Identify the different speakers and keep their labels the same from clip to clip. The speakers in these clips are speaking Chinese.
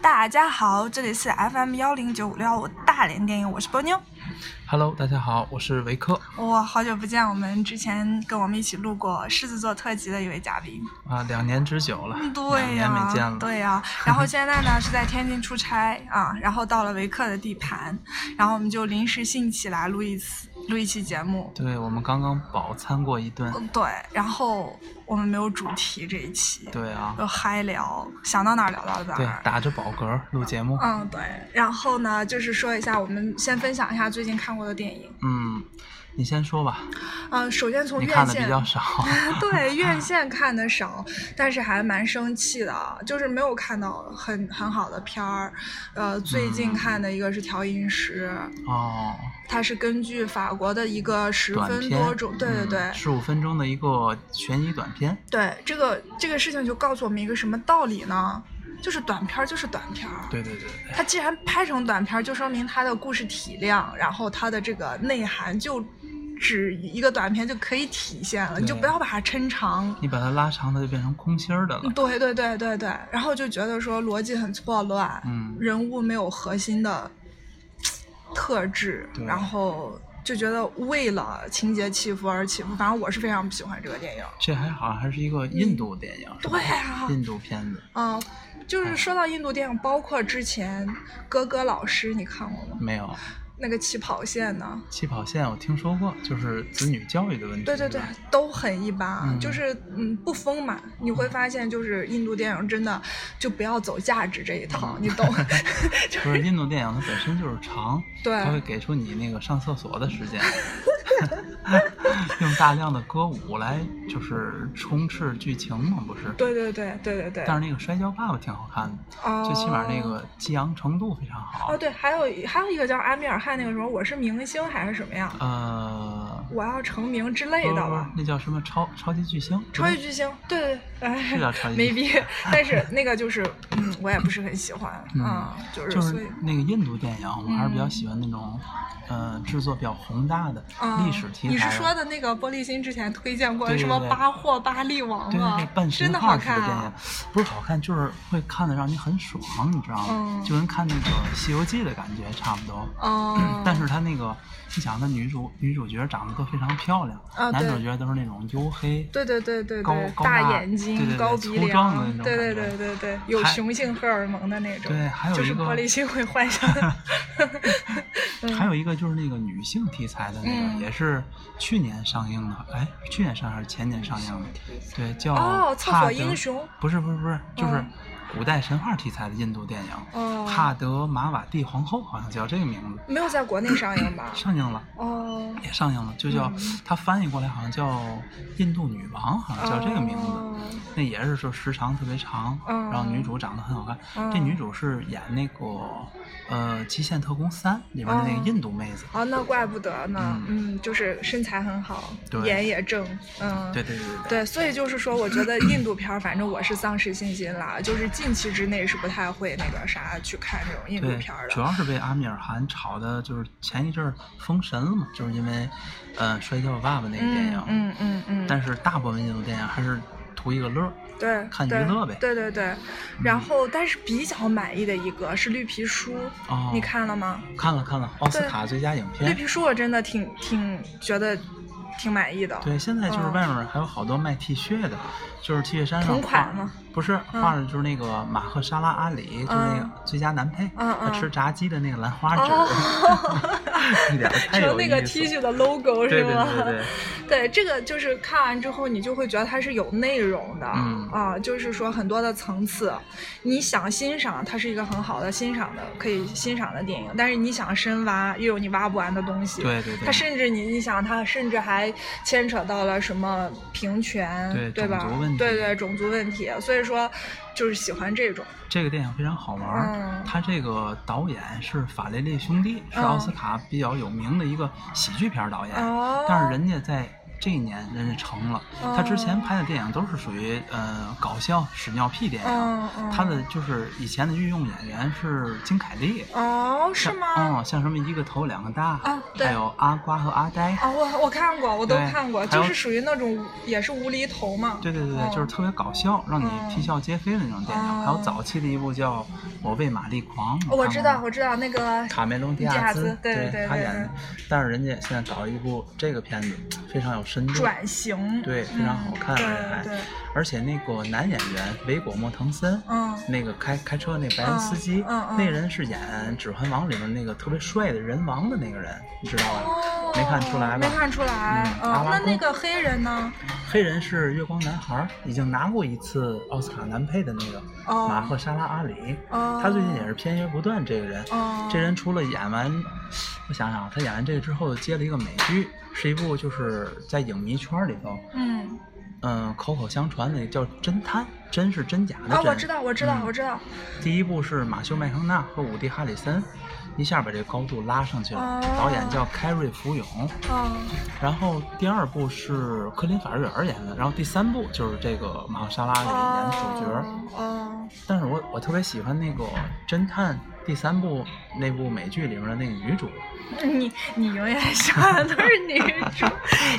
Speaker 1: 大家好，这里是 FM 幺零九五六五大连电影，我是波妞。
Speaker 2: Hello，大家好，我是维克
Speaker 1: 哇、好久不见！我们之前跟我们一起录过狮子座特辑的一位嘉宾，
Speaker 2: 啊，两年之久了，
Speaker 1: 对呀、
Speaker 2: 两年没见了，
Speaker 1: 对呀、然后现在呢是在天津出差啊， 然后到了维克的地盘，然后我们就临时兴起来录一次录一期节目。
Speaker 2: 对我们刚刚饱餐过一顿，
Speaker 1: 嗯，对，然后我们没有主题这一期，
Speaker 2: 对啊，
Speaker 1: 就嗨聊，想到哪儿聊到哪
Speaker 2: 对
Speaker 1: 儿，。
Speaker 2: 打着饱嗝录节目，
Speaker 1: 嗯，对。然后呢，就是说一下，我们先分享一下最近看过的电影。
Speaker 2: 嗯，你先说吧，
Speaker 1: 嗯、首先从
Speaker 2: 你
Speaker 1: 院
Speaker 2: 看的
Speaker 1: 线
Speaker 2: 比，较少，
Speaker 1: 对院线看的少，但是还蛮生气的，啊就是没有看到很很好的片儿。呃，最近
Speaker 2: 嗯
Speaker 1: 看的一个是《调饮师》，
Speaker 2: 哦，
Speaker 1: 它是根据法国的一个十
Speaker 2: 短
Speaker 1: 分
Speaker 2: 片嗯
Speaker 1: 多钟，对对对。
Speaker 2: 十五分钟的一个悬疑短片，
Speaker 1: 对这个这个事情就告诉我们一个什么道理呢？就是短片儿就是短片儿，
Speaker 2: 对对对对，
Speaker 1: 它既然拍成短片儿，就说明它的故事体量，然后它的这个内涵就只一个短片就可以体现了，你就
Speaker 2: 对
Speaker 1: 不要把它抻长。
Speaker 2: 你把它拉长，它就变成空心儿的了，
Speaker 1: 嗯对对对对对，然后就觉得说逻辑很错乱，
Speaker 2: 嗯，
Speaker 1: 人物没有核心的特质，
Speaker 2: 对
Speaker 1: 然后就觉得为了情节起伏而起伏。反正我是非常不喜欢这个电影。
Speaker 2: 这还好，还是一个印度电影，是吧
Speaker 1: 对啊
Speaker 2: 印度片子
Speaker 1: 嗯，就是说到印度电影，包括之前哥哥老师，你看过吗？
Speaker 2: 没有，
Speaker 1: 那个起跑线呢？
Speaker 2: 起跑线我听说过，就是子女教育的问题，
Speaker 1: 对对
Speaker 2: 是
Speaker 1: 对
Speaker 2: 吧，
Speaker 1: 都很一般，啊，
Speaker 2: 嗯
Speaker 1: 就是嗯不丰满。你会发现，就是印度电影真的就不要走价值这一
Speaker 2: 嗯
Speaker 1: 套，你 懂？就
Speaker 2: 不是印度电影，它本身就是长，
Speaker 1: 对
Speaker 2: 它会给出你那个上厕所 的时间，用大量的歌舞来就是充斥剧情嘛，不是？
Speaker 1: 对对对对对对。
Speaker 2: 但是那个摔跤爸爸挺好看的，
Speaker 1: 哦，
Speaker 2: 最起码那个激昂程度非常好。
Speaker 1: 哦对，还有一还有一个叫阿米尔汗那个什么，我是明星还是什么呀？
Speaker 2: 呃，
Speaker 1: 我要成名之类的
Speaker 2: 不
Speaker 1: 吧。
Speaker 2: 那叫什么超超级巨星？
Speaker 1: 超级巨星，对对，对
Speaker 2: 是叫超
Speaker 1: 哎，
Speaker 2: 级
Speaker 1: 没
Speaker 2: 巨
Speaker 1: 逼，但是那个就是，嗯，我也不是很喜欢，
Speaker 2: 嗯
Speaker 1: 啊，就是
Speaker 2: 就
Speaker 1: 所以
Speaker 2: 是，那个印度电影，我还是比较
Speaker 1: 嗯
Speaker 2: 喜欢那种，呃，制作比较宏大的
Speaker 1: 啊
Speaker 2: 历史题材。
Speaker 1: 你是说的那个玻璃心之前推荐过的
Speaker 2: 对
Speaker 1: 什
Speaker 2: 对
Speaker 1: 么
Speaker 2: 对
Speaker 1: 巴霍巴利王
Speaker 2: 对
Speaker 1: 啊
Speaker 2: 对，半神
Speaker 1: 真的好
Speaker 2: 话式
Speaker 1: 看
Speaker 2: 的电影
Speaker 1: 啊！，
Speaker 2: 不是好看，就是会看的让你很爽，你知道吗？
Speaker 1: 嗯
Speaker 2: 就跟看那个《西游记》的感觉差不多。
Speaker 1: 哦，
Speaker 2: 但是他那个，你想，他女主女主角长得都非常漂亮，
Speaker 1: 啊
Speaker 2: 男
Speaker 1: 对
Speaker 2: 主角都是那种黝黑，
Speaker 1: 对对对对
Speaker 2: 高
Speaker 1: 对，
Speaker 2: 高
Speaker 1: 大
Speaker 2: 大
Speaker 1: 眼
Speaker 2: 对
Speaker 1: 睛、
Speaker 2: 对对
Speaker 1: 高鼻
Speaker 2: 粗壮的
Speaker 1: 梁，
Speaker 2: 那种
Speaker 1: 对对
Speaker 2: 感
Speaker 1: 对
Speaker 2: 觉
Speaker 1: 对对，有
Speaker 2: 还
Speaker 1: 雄性荷尔蒙的那种，
Speaker 2: 对还有
Speaker 1: 就是
Speaker 2: 一个
Speaker 1: 玻璃心会幻想 的，嗯
Speaker 2: 还有一个就是那个女性题材的那个，
Speaker 1: 嗯
Speaker 2: 也是去年上映的，哎，去年上映还是前年上映的？对，叫
Speaker 1: 嗯哦厕所
Speaker 2: 帕德
Speaker 1: 英雄
Speaker 2: 不是不是不是，就是
Speaker 1: 嗯
Speaker 2: 古代神话题材的印度电影，
Speaker 1: 哦
Speaker 2: 帕德玛瓦蒂皇后好像叫这个名字，
Speaker 1: 没有在国内上映吧？
Speaker 2: 上映了。
Speaker 1: 哦，
Speaker 2: 也上映了，就叫、
Speaker 1: 嗯
Speaker 2: 它翻译过来好像叫《印度女王》，好像叫这个名字。
Speaker 1: 哦
Speaker 2: 那也是说时长特别长，
Speaker 1: 嗯
Speaker 2: 然后女主长得很好看。
Speaker 1: 嗯
Speaker 2: 这女主是演那个呃《极限特工三》里边的那
Speaker 1: 嗯
Speaker 2: 个印度妹子。
Speaker 1: 哦，那怪不得呢，嗯，就是身材很好，
Speaker 2: 对
Speaker 1: 眼也正，嗯，
Speaker 2: 对对对对
Speaker 1: 对，所以就是说，我觉得印度片儿，反正我是丧失信心了，就是近期之内是不太会那个啥去看这种印度
Speaker 2: 对
Speaker 1: 片儿，
Speaker 2: 主
Speaker 1: 的。
Speaker 2: 要是被阿米尔汗炒的，就是前一阵儿封神了嘛，就是因为，呃，摔跤吧爸爸那个电影。
Speaker 1: 嗯嗯嗯，
Speaker 2: 但是大部分印度电影还是图一个乐儿。
Speaker 1: 对，
Speaker 2: 看娱
Speaker 1: 对
Speaker 2: 乐呗嗯
Speaker 1: 对对对，然后但是比较满意的一个是《绿皮书》，
Speaker 2: 哦，
Speaker 1: 你看了吗？
Speaker 2: 看了看了，奥斯
Speaker 1: 对
Speaker 2: 卡最佳影
Speaker 1: 《绿
Speaker 2: 片。
Speaker 1: 皮书》我真的挺挺觉得挺满意的。
Speaker 2: 对，现在就是
Speaker 1: 嗯
Speaker 2: 外面还有好多卖 T 恤的，就是 T 恤衫上
Speaker 1: 同款
Speaker 2: 画
Speaker 1: 吗？
Speaker 2: 不是，画的就是那个马赫沙拉阿里，就是那
Speaker 1: 嗯
Speaker 2: 个最佳男配，
Speaker 1: 嗯
Speaker 2: 他
Speaker 1: 嗯
Speaker 2: 吃炸鸡的那个兰花指
Speaker 1: 哦，
Speaker 2: 儿，一点儿太
Speaker 1: 成
Speaker 2: 有
Speaker 1: 那
Speaker 2: 意
Speaker 1: 个
Speaker 2: 思
Speaker 1: T 恤
Speaker 2: 了。
Speaker 1: 的 logo
Speaker 2: 对
Speaker 1: 是
Speaker 2: 对
Speaker 1: 吗？
Speaker 2: 对 对，
Speaker 1: 对，这个就是看完之后，你就会觉得它是有内容的，
Speaker 2: 嗯
Speaker 1: 啊，就是说很多的层次。你想欣赏，它是一个很好的欣赏的，可以欣赏的电影。但是你想深挖，又有你挖不完的东西。
Speaker 2: 对对对
Speaker 1: 它甚至你，你想它甚至还牵扯到了什么平权，对
Speaker 2: 对
Speaker 1: 吧？
Speaker 2: 种族问题
Speaker 1: 对对，种族问题。所以说，就是喜欢这种。
Speaker 2: 这个电影非常好玩儿
Speaker 1: 嗯。
Speaker 2: 他这个导演是法雷利兄弟，是奥斯
Speaker 1: 嗯
Speaker 2: 卡比较有名的一个喜剧片儿导演
Speaker 1: 哦，
Speaker 2: 哎但是人家在这一年人家成了。他之前拍的电影都是属于呃搞笑屎尿屁电影，
Speaker 1: 嗯嗯，
Speaker 2: 他的就是以前的御用演员是金凯利，
Speaker 1: 哦是
Speaker 2: 像
Speaker 1: 吗？
Speaker 2: 嗯，像什么一个头两个大，
Speaker 1: 啊对
Speaker 2: 还有阿瓜和阿呆，
Speaker 1: 啊，我我看过，我都
Speaker 2: 对
Speaker 1: 看过，
Speaker 2: 还有
Speaker 1: 就是属于那种也是无厘头嘛。
Speaker 2: 对对对对，
Speaker 1: 哦
Speaker 2: 就是特别搞笑，让你啼笑皆非的那种电影。还有
Speaker 1: 嗯哦
Speaker 2: 早期的一部叫《我为玛丽狂》，你
Speaker 1: 我
Speaker 2: 看
Speaker 1: 知
Speaker 2: 过
Speaker 1: 道
Speaker 2: 吗，
Speaker 1: 我知道那个
Speaker 2: 卡梅隆·
Speaker 1: 迪
Speaker 2: 迪亚
Speaker 1: 亚
Speaker 2: 兹，
Speaker 1: 兹对对对
Speaker 2: 他
Speaker 1: 对
Speaker 2: 演的
Speaker 1: 对。
Speaker 2: 但是人家现在搞一部这个片子，非常有深度，
Speaker 1: 转型，
Speaker 2: 对，非常好看，哎
Speaker 1: 嗯
Speaker 2: 还
Speaker 1: 对对，
Speaker 2: 而且那个男演员维果·莫腾森。
Speaker 1: 嗯
Speaker 2: 那个开开车那白人司机，
Speaker 1: 嗯嗯嗯
Speaker 2: 那人是演《指环王》里面那个特别帅的人王的那个人，你知道吧？
Speaker 1: 哦
Speaker 2: 没看出来吧
Speaker 1: 没看出来。
Speaker 2: 嗯阿
Speaker 1: 嗯，那
Speaker 2: 拉贡
Speaker 1: 那个黑人呢？
Speaker 2: 黑人是《月光男孩》，已经拿过一次奥斯卡男配的那个
Speaker 1: 哦
Speaker 2: 马赫沙拉阿里，
Speaker 1: 哦，
Speaker 2: 他最近也是片约不断。这个人，
Speaker 1: 哦，
Speaker 2: 这人除了演完，我想想啊，他演完这个之后接了一个美剧，是一部就是在影迷圈里头，
Speaker 1: 嗯
Speaker 2: 嗯，口口相传的叫《侦探》，真是真假的
Speaker 1: 啊，
Speaker 2: 真。
Speaker 1: 我知道，我知道，
Speaker 2: 嗯
Speaker 1: 我知道。
Speaker 2: 第一部是马修麦康纳和伍迪哈里森，一下把这高度拉上去了。
Speaker 1: 哦
Speaker 2: 导演叫凯瑞福永。
Speaker 1: 哦
Speaker 2: 然后第二部是科林法瑞尔演的，然后第三部就是这个马赫沙拉
Speaker 1: 啊
Speaker 2: 里演主角。
Speaker 1: 哦哦
Speaker 2: 但是我我特别喜欢那个侦探第三部那部美剧里面的那个女主，
Speaker 1: 你你永远想 的都是女主，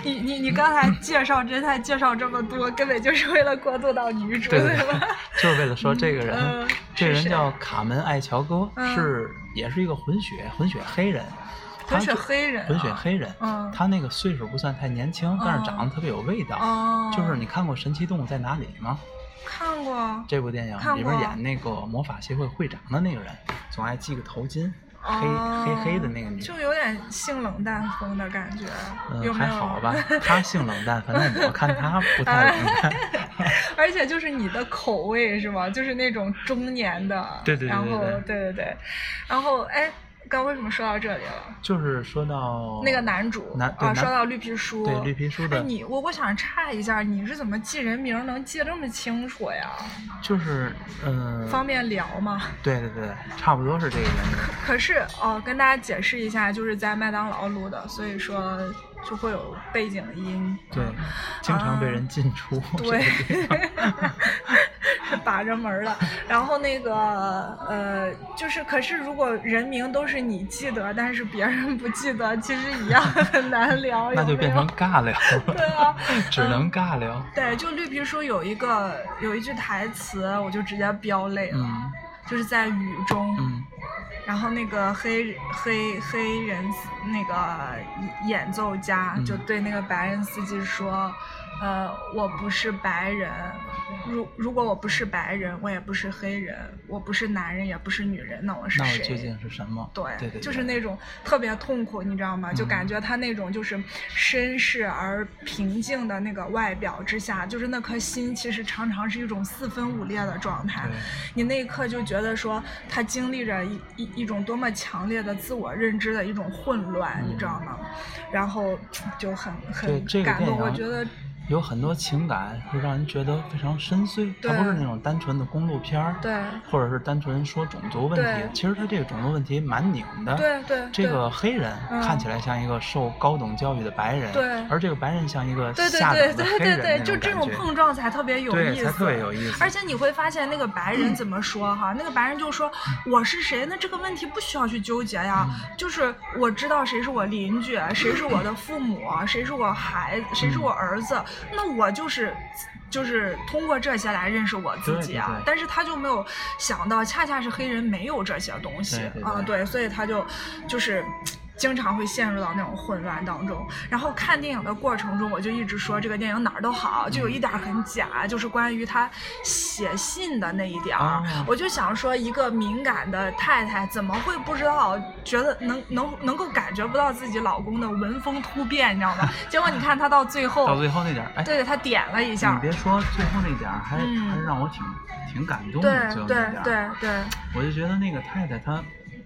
Speaker 1: 你你你刚才介绍侦探介绍这么多，根本就是为了过渡到女主，
Speaker 2: 对对对
Speaker 1: 吧？，
Speaker 2: 就是为了说这个人，
Speaker 1: 嗯
Speaker 2: 这个人
Speaker 1: 是谁
Speaker 2: 叫卡门艾乔戈，
Speaker 1: 嗯
Speaker 2: 是也是一个混血混血黑人，他
Speaker 1: 混血
Speaker 2: 就
Speaker 1: 黑人啊，
Speaker 2: 混血黑人，
Speaker 1: 嗯
Speaker 2: 他那个岁数不算太年轻，但是长得特别有味道。
Speaker 1: 哦，
Speaker 2: 就是你看过《神奇动物在哪里》吗？
Speaker 1: 看过
Speaker 2: 这部电影
Speaker 1: 看
Speaker 2: 里
Speaker 1: 过啊
Speaker 2: 边演那个魔法协会会长的那个人，总爱系个头巾，黑黑黑的那个女
Speaker 1: 哦啊就有点性冷淡风的感觉，有
Speaker 2: 嗯，
Speaker 1: 没
Speaker 2: 还
Speaker 1: 有？
Speaker 2: 好吧，他性冷淡，反正我看他不太冷淡。
Speaker 1: 而且就是你的口味是吗？就是那种中年的，
Speaker 2: 对对对
Speaker 1: 然后
Speaker 2: 对对
Speaker 1: 对对对，然后哎，刚为什么说到这里了？
Speaker 2: 就是说到
Speaker 1: 那个男主
Speaker 2: 哦男对
Speaker 1: 啊，
Speaker 2: 男
Speaker 1: 说到绿皮书，
Speaker 2: 对绿皮书
Speaker 1: 哎，
Speaker 2: 的，
Speaker 1: 你我我想查一下，你是怎么记人名能记得这么清楚呀？
Speaker 2: 就是嗯，
Speaker 1: 方便聊吗？
Speaker 2: 对对对，差不多是这个 原因。
Speaker 1: 可是哦，跟大家解释一下，就是在麦当劳录的，所以说就会有背景音。
Speaker 2: 对，经常被人进出。
Speaker 1: 啊 对
Speaker 2: 哦 这个地方，
Speaker 1: 是把着门儿了。然后那个呃，就是可是如果人名都是你记得，但是别人不记得，其实一样很难聊，
Speaker 2: 那
Speaker 1: 有
Speaker 2: 就
Speaker 1: 没
Speaker 2: 变
Speaker 1: 有
Speaker 2: 成尬聊
Speaker 1: 对
Speaker 2: 了，
Speaker 1: 啊。
Speaker 2: 只能尬聊。
Speaker 1: 对，就绿皮书有一个有一句台词，我就直接飙泪了，
Speaker 2: 嗯
Speaker 1: 就是在雨中，
Speaker 2: 嗯
Speaker 1: 然后那个黑黑黑人司那个演奏家
Speaker 2: 嗯
Speaker 1: 就对那个白人司机说：“呃，我不是白人，如如果我不是白人，我也不是黑人，我不是男人，也不是女人，那我是
Speaker 2: 那我
Speaker 1: 谁？”
Speaker 2: 究竟是什么？
Speaker 1: 对
Speaker 2: 对对，
Speaker 1: 就是那种特别痛苦，你知道吗？就
Speaker 2: 嗯
Speaker 1: 感觉他那种就是绅士而平静的那个外表之下，就是那颗心其实常常是一种四分五裂的状态。
Speaker 2: 对
Speaker 1: 你那一刻就觉得说他经历着一一一种多么强烈的自我认知的一种混乱，
Speaker 2: 嗯
Speaker 1: 你知道吗？然后就很
Speaker 2: 对
Speaker 1: 很
Speaker 2: 这个
Speaker 1: 感
Speaker 2: 电
Speaker 1: 动，
Speaker 2: 影啊
Speaker 1: 我觉得
Speaker 2: 有很多情感会让人觉得非常深邃，它
Speaker 1: 对
Speaker 2: 不是那种单纯的公路片儿，
Speaker 1: 对
Speaker 2: 或者是单纯说种族问题
Speaker 1: 对。
Speaker 2: 其实它这个种族问题蛮拧的。
Speaker 1: 对对
Speaker 2: 这
Speaker 1: 对
Speaker 2: 个黑人
Speaker 1: 嗯
Speaker 2: 看起来像一个受高等教育的白人，
Speaker 1: 对
Speaker 2: 而这个白人像一个
Speaker 1: 对
Speaker 2: 下
Speaker 1: 对对
Speaker 2: 等的黑
Speaker 1: 对对
Speaker 2: 人那
Speaker 1: 对，就这种
Speaker 2: 感觉
Speaker 1: 碰撞才特别有
Speaker 2: 对
Speaker 1: 意思，
Speaker 2: 才特别有意思嗯
Speaker 1: 而且你会发现那个白人怎么说哈，那个白人就说我是谁，那这个问题不需要去纠结呀，
Speaker 2: 嗯
Speaker 1: 就是我知道谁是我邻居，谁是我的父母，
Speaker 2: 嗯
Speaker 1: 谁是我孩子，谁是我儿子，那我就是。就是通过这些来认识我自己啊，
Speaker 2: 对对对
Speaker 1: 但是他就没有想到，恰恰是黑人没有这些东西
Speaker 2: 对对
Speaker 1: 啊、
Speaker 2: 对
Speaker 1: 对，所以他就就是经常会陷入到那种混乱当中。然后看电影的过程中，我就一直说这个电影哪儿都
Speaker 2: 嗯
Speaker 1: 好，就有一点儿很假，就是关于他写信的那一点儿。
Speaker 2: 啊
Speaker 1: 我就想说，一个敏感的太太怎么会不知道，觉得能能能够感觉不到自己老公的文风突变，你知道 吗？结果你看他到最后，
Speaker 2: 到最后那点儿，哎，
Speaker 1: 对他点了一
Speaker 2: 你
Speaker 1: 下，
Speaker 2: 别说最后那点儿，还
Speaker 1: 嗯
Speaker 2: 还让我挺挺感动
Speaker 1: 对
Speaker 2: 的，最后
Speaker 1: 对
Speaker 2: 那点儿。
Speaker 1: 对对，
Speaker 2: 我就觉得那个太太她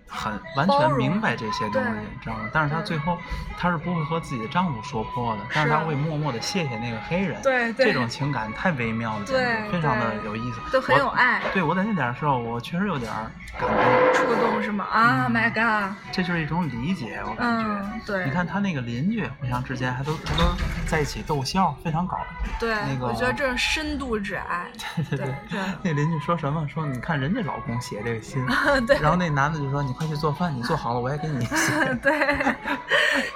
Speaker 2: 很完
Speaker 1: 包
Speaker 2: 全
Speaker 1: 容
Speaker 2: 明白这些东西
Speaker 1: 对，
Speaker 2: 你知道吗？但是他
Speaker 1: 对
Speaker 2: 最后他是不会和自己的丈夫说破的，但是他
Speaker 1: 是
Speaker 2: 会默默的谢谢那个黑人。
Speaker 1: 对对
Speaker 2: 这种情感太微妙了，简直
Speaker 1: 对
Speaker 2: 非常的
Speaker 1: 对
Speaker 2: 有意思，
Speaker 1: 都很
Speaker 2: 我
Speaker 1: 有爱
Speaker 2: 对我在那点儿时候，我确实有点儿感动，
Speaker 1: 触动是吗？啊、
Speaker 2: 嗯
Speaker 1: m y God，
Speaker 2: 这就是一种理解，我感觉。
Speaker 1: 嗯，对，
Speaker 2: 你看他那个邻居互相之间还都还都在一起逗笑，非常搞笑。
Speaker 1: 对，
Speaker 2: 那个
Speaker 1: 我觉得这是深度之 爱，对对
Speaker 2: 那邻居说什么？说你看人家老公写这个心，
Speaker 1: 对对
Speaker 2: 然后那男的就说你快去做饭，你做好了我也给你写。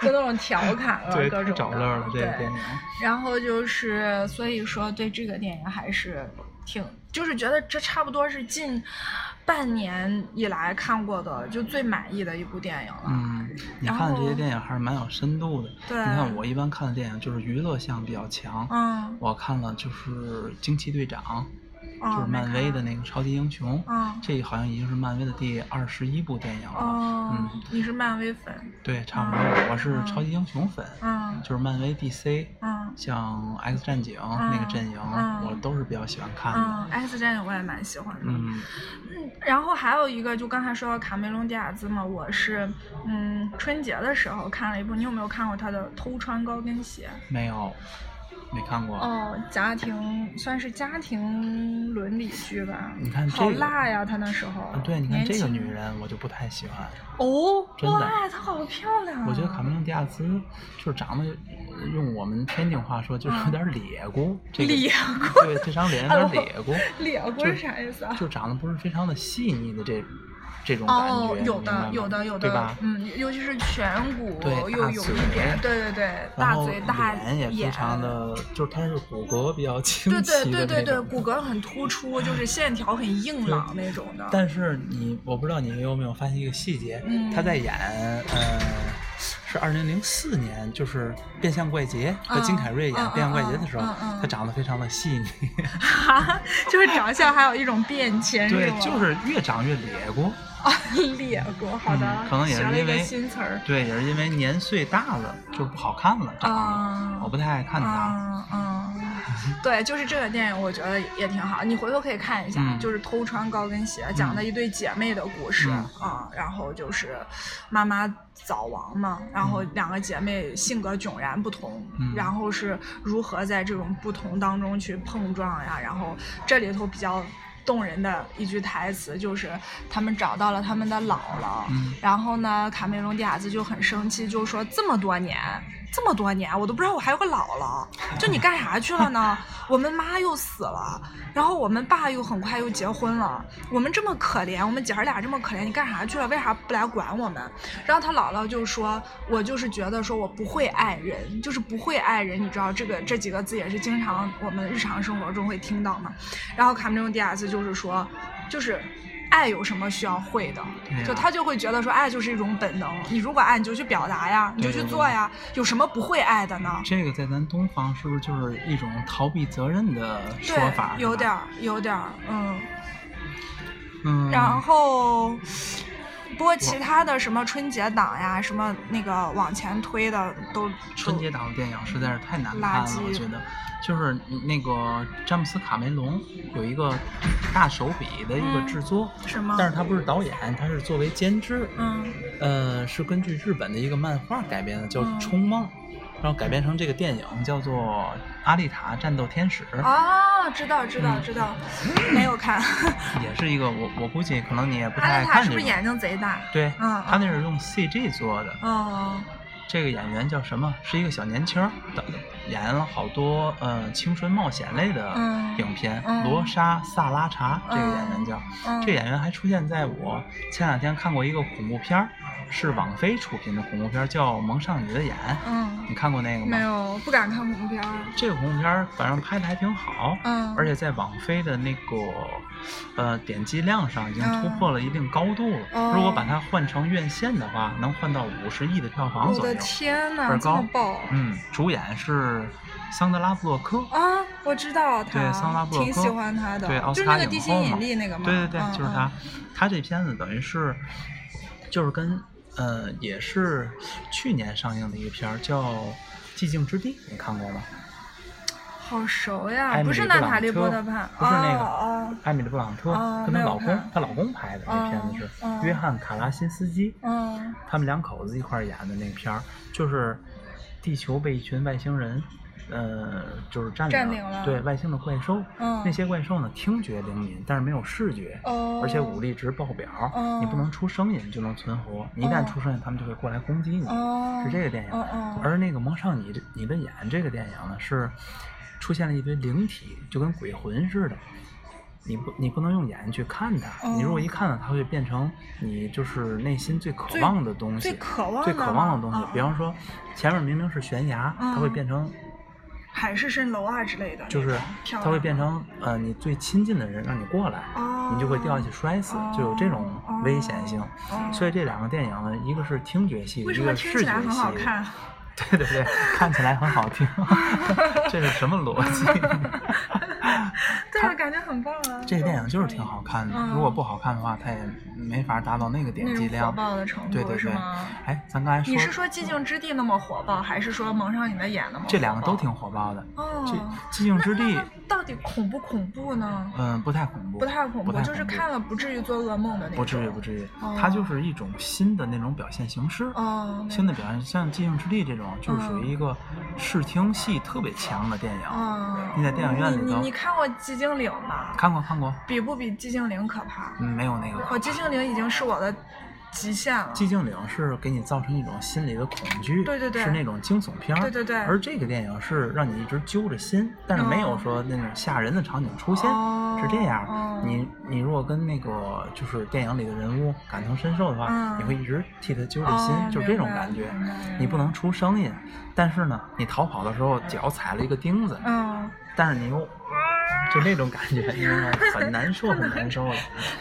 Speaker 1: 就那种调侃了，
Speaker 2: 对，
Speaker 1: 各
Speaker 2: 太
Speaker 1: 种
Speaker 2: 找
Speaker 1: 的
Speaker 2: 乐了这
Speaker 1: 对
Speaker 2: 个电影。啊
Speaker 1: 然后就是，所以说对这个电影还是挺，就是觉得这差不多是近半年以来看过的就最满意的一部电影了。
Speaker 2: 嗯，你
Speaker 1: 啊然
Speaker 2: 看的这些
Speaker 1: 后
Speaker 2: 电影还是蛮有深度的。
Speaker 1: 对
Speaker 2: 你看我一般看的电影就是娱乐项比较强。
Speaker 1: 嗯
Speaker 2: 我看了就是《惊奇队长》，
Speaker 1: 嗯，
Speaker 2: 就是
Speaker 1: 没
Speaker 2: 漫威
Speaker 1: 看
Speaker 2: 的那个超级英雄。
Speaker 1: 嗯
Speaker 2: 这好像已经是漫威的第二十一部电影了。
Speaker 1: 哦，
Speaker 2: 嗯，
Speaker 1: 你是漫威粉，
Speaker 2: 对，差不多。
Speaker 1: 嗯
Speaker 2: 我是超级英雄粉，
Speaker 1: 嗯
Speaker 2: 就是漫威、DC，
Speaker 1: 嗯
Speaker 2: 像 X 战警那个阵营，
Speaker 1: 嗯
Speaker 2: 我都是比较喜欢看的。
Speaker 1: 嗯，X 战警我也蛮喜欢的。
Speaker 2: 嗯
Speaker 1: 嗯，然后还有一个，就刚才说到卡梅隆·迪亚兹嘛，我是嗯春节的时候看了一部，你有没有看过他的《偷穿高跟鞋》？
Speaker 2: 没有，没看过。
Speaker 1: 哦，家庭算是家庭伦理剧吧。
Speaker 2: 你看
Speaker 1: 好
Speaker 2: 这个
Speaker 1: 辣呀，她那时候
Speaker 2: 啊。对，你看
Speaker 1: 年
Speaker 2: 这个
Speaker 1: 轻
Speaker 2: 女人，我就不太喜欢。
Speaker 1: 哦，
Speaker 2: 真的
Speaker 1: 哇，她好漂亮啊。
Speaker 2: 我觉得卡梅隆·迪亚兹就是长得，呃用我们天津话说就是有点咧咕，这个
Speaker 1: 啊咧咕
Speaker 2: 对，这张脸 有点咧咕，
Speaker 1: 咧咕是啥意思啊
Speaker 2: 就？就长得不是非常的细腻的这这种感觉，
Speaker 1: 哦，有
Speaker 2: 你明白
Speaker 1: 的，
Speaker 2: 吗
Speaker 1: 有的，有
Speaker 2: 对
Speaker 1: 的
Speaker 2: 吧，？
Speaker 1: 嗯，尤其是颧骨
Speaker 2: 对
Speaker 1: 又
Speaker 2: 大
Speaker 1: 有
Speaker 2: 嘴
Speaker 1: 一点，对对对，
Speaker 2: 然
Speaker 1: 大
Speaker 2: 后
Speaker 1: 嘴大
Speaker 2: 脸也非常的，就是它是骨骼比较清
Speaker 1: 对对
Speaker 2: 奇的
Speaker 1: 对对
Speaker 2: 那
Speaker 1: 对，
Speaker 2: 种。
Speaker 1: 骨骼很突 出，就是线条很硬朗那种的。
Speaker 2: 但是你，我不知道你有没有发现一个细节，
Speaker 1: 嗯
Speaker 2: 他在演，呃，是二零零四年，就是《变相怪杰》和金凯瑞演
Speaker 1: 嗯嗯
Speaker 2: 《变相怪杰》的时候
Speaker 1: 嗯嗯嗯，
Speaker 2: 他长得非常的细腻，
Speaker 1: 哈， 就是长相还有一种变 迁，
Speaker 2: 对
Speaker 1: 吗，
Speaker 2: 就是越长越咧咕。
Speaker 1: 啊，咧过，好的，
Speaker 2: 嗯可能也
Speaker 1: 学
Speaker 2: 是
Speaker 1: 了一
Speaker 2: 因
Speaker 1: 个
Speaker 2: 为
Speaker 1: 新词儿。
Speaker 2: 对，也是因为年岁大了，就不好看了，长
Speaker 1: 啊
Speaker 2: 得，我不太爱看他。
Speaker 1: 嗯嗯，对，就是这个电影，我觉得也挺好。你回头可以看一下，
Speaker 2: 嗯
Speaker 1: 就是偷穿高跟鞋，讲的一对姐妹的故事
Speaker 2: 嗯
Speaker 1: 啊、然后就是妈妈早亡嘛，然后两个姐妹性格迥然不同，
Speaker 2: 嗯
Speaker 1: 然后是如何在这种不同当中去碰撞呀。然后这里头比较。动人的一句台词就是，他们找到了他们的姥姥，
Speaker 2: 嗯
Speaker 1: 然后呢，卡梅隆·迪亚兹就很生气，就说这么多年，这么多年，我都不知道我还有个姥姥，就你干啥去了呢？ 我们妈又死了，然后我们爸又很快又结婚了，我们这么可怜，我们姐儿俩这么可怜，你干啥去了？为啥不来管我们？然后他姥姥就说，我就是觉得说我不会爱人，就是不会爱人，你知道这个这几个字也是经常我们日常生活中会听到嘛。然后卡梅隆·迪亚兹就是说，就是。爱有什么需要会的？
Speaker 2: 对啊呀
Speaker 1: 就他就会觉得说，爱就是一种本能。你如果爱，你就去表达呀，你就
Speaker 2: 对
Speaker 1: 去
Speaker 2: 对
Speaker 1: 做
Speaker 2: 对
Speaker 1: 呀，有什么不会爱的呢？
Speaker 2: 这个在咱东方是不是就是一种逃避责任的说
Speaker 1: 对
Speaker 2: 法？，
Speaker 1: 有
Speaker 2: 是吧
Speaker 1: 点，儿，有点儿，嗯。
Speaker 2: 嗯，
Speaker 1: 然后，不过其他的什么春节档呀，什么那个往前推的都
Speaker 2: 春节档的电影实在是太难看
Speaker 1: 哦垃
Speaker 2: 了，
Speaker 1: 圾啊
Speaker 2: 我觉得。就是那个詹姆斯卡梅隆有一个大手笔的一个
Speaker 1: 嗯
Speaker 2: 制作，
Speaker 1: 是吗？
Speaker 2: 但是他不是导演，他是作为监制，
Speaker 1: 嗯
Speaker 2: 呃，是根据日本的一个漫画改编的，叫
Speaker 1: 嗯
Speaker 2: 《冲梦》，然后改编成这个电影叫做《阿丽塔战斗天使》，
Speaker 1: 啊，知道知道
Speaker 2: 嗯
Speaker 1: 知道，没有 看。
Speaker 2: 也是一个我我估计可能你也不太
Speaker 1: 阿
Speaker 2: 爱
Speaker 1: 丽塔
Speaker 2: 哎看
Speaker 1: 是
Speaker 2: 这
Speaker 1: 不
Speaker 2: 个
Speaker 1: 是。眼睛贼大？
Speaker 2: 对，
Speaker 1: 嗯
Speaker 2: 他那是用 CG 做的，
Speaker 1: 哦，
Speaker 2: 这个演员叫什么？是一个小年轻儿，导演了好多呃青春冒险类的
Speaker 1: 嗯
Speaker 2: 影片，
Speaker 1: 嗯
Speaker 2: 罗莎·萨拉查这个演员叫。
Speaker 1: 嗯
Speaker 2: 这演员还出现在我前两天看过一个恐怖片儿，是网飞出品的恐怖片儿，叫《蒙上你的眼》。
Speaker 1: 嗯
Speaker 2: 你看过那个吗？
Speaker 1: 没。有，不敢看恐怖片儿。
Speaker 2: 这个恐怖片儿反正拍的还挺好，
Speaker 1: 嗯，
Speaker 2: 而且在网飞的那个呃点击量上已经
Speaker 1: 嗯
Speaker 2: 突破了一定高度了。
Speaker 1: 哦
Speaker 2: 如果把它换成院线的话，能换到五十亿的票房
Speaker 1: 我
Speaker 2: 左
Speaker 1: 的
Speaker 2: 右。
Speaker 1: 天
Speaker 2: 倍
Speaker 1: 呐，
Speaker 2: 儿
Speaker 1: 这么
Speaker 2: 高
Speaker 1: 爆！
Speaker 2: 嗯，主演是桑德拉·布洛克。
Speaker 1: 啊，我知道他，
Speaker 2: 对，桑德拉布洛克
Speaker 1: 挺喜欢他的，
Speaker 2: 对，奥
Speaker 1: 就
Speaker 2: 斯
Speaker 1: 是那
Speaker 2: 卡
Speaker 1: 个
Speaker 2: 影
Speaker 1: 地
Speaker 2: 后
Speaker 1: 心
Speaker 2: 嘛，
Speaker 1: 引力那个嘛，
Speaker 2: 对对对，
Speaker 1: 嗯
Speaker 2: 就是他。，他这片子等于是，就是跟呃，也是去年上映的一个片儿，叫《寂静之地》，你看过吗？
Speaker 1: 好熟呀，
Speaker 2: 艾
Speaker 1: 啊
Speaker 2: 米
Speaker 1: 不
Speaker 2: 丽
Speaker 1: 是
Speaker 2: 布
Speaker 1: 娜
Speaker 2: 朗
Speaker 1: 塔莉
Speaker 2: 特
Speaker 1: 波特曼，
Speaker 2: 不是那个
Speaker 1: 哦
Speaker 2: 艾米丽·布朗特
Speaker 1: 哦
Speaker 2: 跟
Speaker 1: 没
Speaker 2: 她
Speaker 1: 有
Speaker 2: 老公
Speaker 1: 看，
Speaker 2: 她老公拍的那片子是
Speaker 1: 哦哦
Speaker 2: 约翰·卡拉辛斯基，
Speaker 1: 哦，嗯，
Speaker 2: 他们两口子一块儿演的那个片儿，就是地球被一群外星人，呃，就是占领
Speaker 1: 占领了
Speaker 2: 对外星的怪兽，
Speaker 1: 嗯
Speaker 2: 那些怪兽呢，听觉灵敏，但是没有视觉，
Speaker 1: 哦，
Speaker 2: 而且武力值爆表，
Speaker 1: 哦
Speaker 2: 你不能出声音就能存活，你一旦
Speaker 1: 哦
Speaker 2: 出声音，他们就会过来攻击你，
Speaker 1: 哦，
Speaker 2: 是这个电影。
Speaker 1: 哦哦，
Speaker 2: 而那个《蒙上你的你的眼》这个电影呢，是出现了一堆灵体，就跟鬼魂似的。你不，你不能用眼去看它。你如果一看到它，会变成你就是内心最渴
Speaker 1: 哦最
Speaker 2: 望的东西，
Speaker 1: 最渴望
Speaker 2: 最
Speaker 1: 的
Speaker 2: 渴望的东西
Speaker 1: 啊。
Speaker 2: 比方说，前面明明是悬崖，它会
Speaker 1: 嗯
Speaker 2: 变成
Speaker 1: 海市蜃楼啊之类的那种，
Speaker 2: 就是
Speaker 1: 漂
Speaker 2: 它会
Speaker 1: 亮
Speaker 2: 变
Speaker 1: 的
Speaker 2: 成呃你最亲近的人让你过来，
Speaker 1: 哦，
Speaker 2: 你就会掉下去摔死，就有这种危险性。
Speaker 1: 哦
Speaker 2: 所以这两个电影呢，一个是听觉系，一
Speaker 1: 为
Speaker 2: 个
Speaker 1: 什么
Speaker 2: 是
Speaker 1: 听
Speaker 2: 视
Speaker 1: 起
Speaker 2: 觉
Speaker 1: 来很好
Speaker 2: 系
Speaker 1: 看？
Speaker 2: 对对对，看起来很好听， 这是什么逻辑？
Speaker 1: 对啊，感觉很棒啊！
Speaker 2: 这个电影就是
Speaker 1: 可以
Speaker 2: 挺好看的，
Speaker 1: 嗯
Speaker 2: 如果不好看的话，它也没法达到那个点
Speaker 1: 那种
Speaker 2: 击
Speaker 1: 火
Speaker 2: 量。
Speaker 1: 爆的程度，
Speaker 2: 对对
Speaker 1: 是
Speaker 2: 对
Speaker 1: 吗？，
Speaker 2: 哎，咱刚才
Speaker 1: 你
Speaker 2: 说
Speaker 1: 是说《寂静之地》那么火爆，还是说《蒙上你的眼》那么火爆？
Speaker 2: 这两个都挺火爆的，
Speaker 1: 哦。
Speaker 2: 这《寂静之地
Speaker 1: 那》那那到底恐不恐怖呢？
Speaker 2: 嗯不太恐怖，
Speaker 1: 不太恐
Speaker 2: 不
Speaker 1: 怖，
Speaker 2: 太
Speaker 1: 就是看了不至于做噩梦的那种。
Speaker 2: 不至于不至于
Speaker 1: 哦，
Speaker 2: 它就是一种新的那种表现形式。
Speaker 1: 哦，嗯
Speaker 2: 新的表现，像《寂静之地》这种，就是属于一个视听系特别强的电影。
Speaker 1: 哦，
Speaker 2: 你在电影院里头
Speaker 1: 你你你看过《寂静岭》吗？
Speaker 2: 看过看过，
Speaker 1: 比不比《寂静岭》可怕？
Speaker 2: 嗯没有那个
Speaker 1: 我《寂静岭》已经是我的极限了。
Speaker 2: 寂静岭是给你造成一种心理的恐惧，
Speaker 1: 对对对
Speaker 2: 是那种惊悚片儿，
Speaker 1: 对对对
Speaker 2: 而这个电影是让你一直揪着心，但是没有说那种吓人的场景出现，
Speaker 1: 哦
Speaker 2: 是这样。
Speaker 1: 哦
Speaker 2: 你你如果跟那个就是电影里的人物感同身受的话，
Speaker 1: 嗯
Speaker 2: 你会一直替他揪着心，
Speaker 1: 哦
Speaker 2: 就是这种
Speaker 1: 明白
Speaker 2: 感觉
Speaker 1: 明白明白。
Speaker 2: 你不能出声音，但是呢，你逃跑的时候脚踩了一个钉子，
Speaker 1: 嗯，
Speaker 2: 但是你又。就那种感 觉，你知道吗？很难受，很难受的。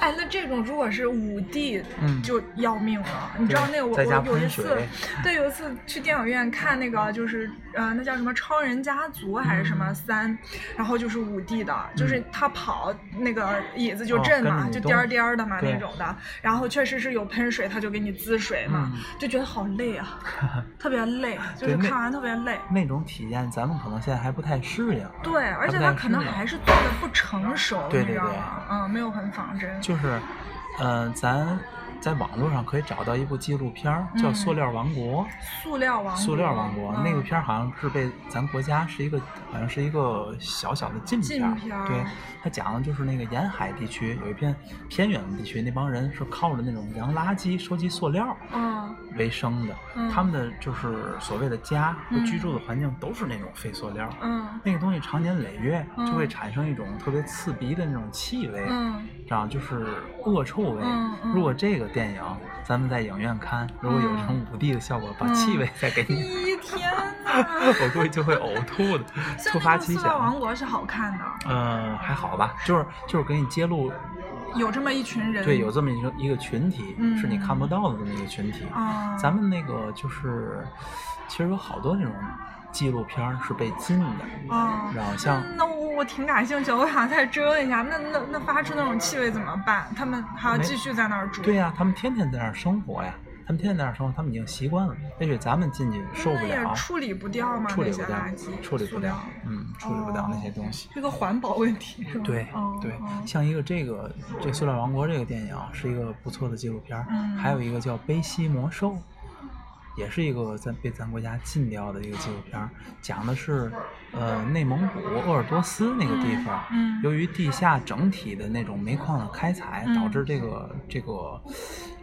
Speaker 1: 哎，那这种如果是五 D，
Speaker 2: 嗯
Speaker 1: 就要命了。你知道那个我我
Speaker 2: 在家
Speaker 1: 有一
Speaker 2: 喷
Speaker 1: 次
Speaker 2: 水，
Speaker 1: 对，有一次去电影院看那个就是呃，那叫什么《超人家族》还是什
Speaker 2: 嗯
Speaker 1: 么三，然后就是五 D 的，就是他跑那个椅子就
Speaker 2: 哦
Speaker 1: 震
Speaker 2: 跟着
Speaker 1: 嘛，
Speaker 2: 你
Speaker 1: 就
Speaker 2: 动
Speaker 1: 颠儿颠儿的嘛那
Speaker 2: 对
Speaker 1: 种的，然后确实是有喷水，他就给你滋水嘛，
Speaker 2: 嗯
Speaker 1: 就觉得好累 啊，特别累，就是
Speaker 2: 对那
Speaker 1: 看完特别累。
Speaker 2: 那种体验，咱们可能现在还不太适应。啊
Speaker 1: 对，而且
Speaker 2: 不
Speaker 1: 他
Speaker 2: 太
Speaker 1: 可能
Speaker 2: 适应
Speaker 1: 还是做的不成熟，
Speaker 2: 对
Speaker 1: 你
Speaker 2: 对
Speaker 1: 知道
Speaker 2: 对
Speaker 1: 吗？嗯，没有很仿真。
Speaker 2: 就是，呃，咱在网络上可以找到一部纪录片儿，叫
Speaker 1: 嗯
Speaker 2: 《塑料王国》。
Speaker 1: 塑料王国，
Speaker 2: 塑料王国、那个
Speaker 1: 嗯
Speaker 2: 片儿好像是被咱国家是一个，好像是一个小小的禁片儿。
Speaker 1: 禁片儿
Speaker 2: 对，它讲的就是那个沿海地区有一片偏远的地区，那帮人是靠着那种洋垃圾收集塑料
Speaker 1: 嗯
Speaker 2: 为生的。
Speaker 1: 嗯
Speaker 2: 他们的就是所谓的家和
Speaker 1: 嗯
Speaker 2: 居住的环境都是那种废塑料。
Speaker 1: 嗯
Speaker 2: 那个东西常年累月，
Speaker 1: 嗯
Speaker 2: 就会产生一种特别刺鼻的那种气味。
Speaker 1: 嗯
Speaker 2: 这样就是恶臭味。
Speaker 1: 嗯嗯
Speaker 2: 如果这个电影咱们在影院看，如果有这
Speaker 1: 嗯
Speaker 2: 种五 D 的效果，把气味再给 你，
Speaker 1: 咦哎天哪！
Speaker 2: 我估计就会呕吐的，
Speaker 1: 虽然
Speaker 2: 突
Speaker 1: 那
Speaker 2: 发
Speaker 1: 个《
Speaker 2: 奇
Speaker 1: 塑料
Speaker 2: 想
Speaker 1: 王。国》是好看的，
Speaker 2: 嗯，还好吧，就是就是给你揭露，
Speaker 1: 有这么一群人，
Speaker 2: 对，有这么一个一个群体，
Speaker 1: 嗯
Speaker 2: 是你看不到的这么一个群体。
Speaker 1: 啊，
Speaker 2: 咱们那个就是，其实有好多这种纪录片儿是被禁的，
Speaker 1: 啊。
Speaker 2: 然后像
Speaker 1: 那我我挺感兴趣的，我想再追问一下，那那那发出那种气味怎么办？他们还要
Speaker 2: 没
Speaker 1: 继续在那儿住？
Speaker 2: 对呀、他们天天在那儿生活呀，他们天天在那儿生活，他们已经习惯了。也许咱们进去受不
Speaker 1: 那也
Speaker 2: 了，
Speaker 1: 处理不掉吗？
Speaker 2: 处理
Speaker 1: 那
Speaker 2: 不
Speaker 1: 些
Speaker 2: 掉
Speaker 1: 垃，圾
Speaker 2: 处理
Speaker 1: 塑
Speaker 2: 不
Speaker 1: 料
Speaker 2: 了，嗯，处理不了那些东西。
Speaker 1: 是哦个环保问题，是吧？
Speaker 2: 对
Speaker 1: 哦
Speaker 2: 对
Speaker 1: 哦，
Speaker 2: 像一个这个这《塑料王国》这个电影啊是一个不错的纪录片儿，
Speaker 1: 嗯
Speaker 2: 还有一个叫《悲西魔兽》，也是一个咱被咱国家禁掉的一个纪录片儿，讲的是呃内蒙古鄂尔多斯那个地方，
Speaker 1: 嗯嗯
Speaker 2: 由于地下整体的那种煤矿的开采，
Speaker 1: 嗯
Speaker 2: 导致这个这个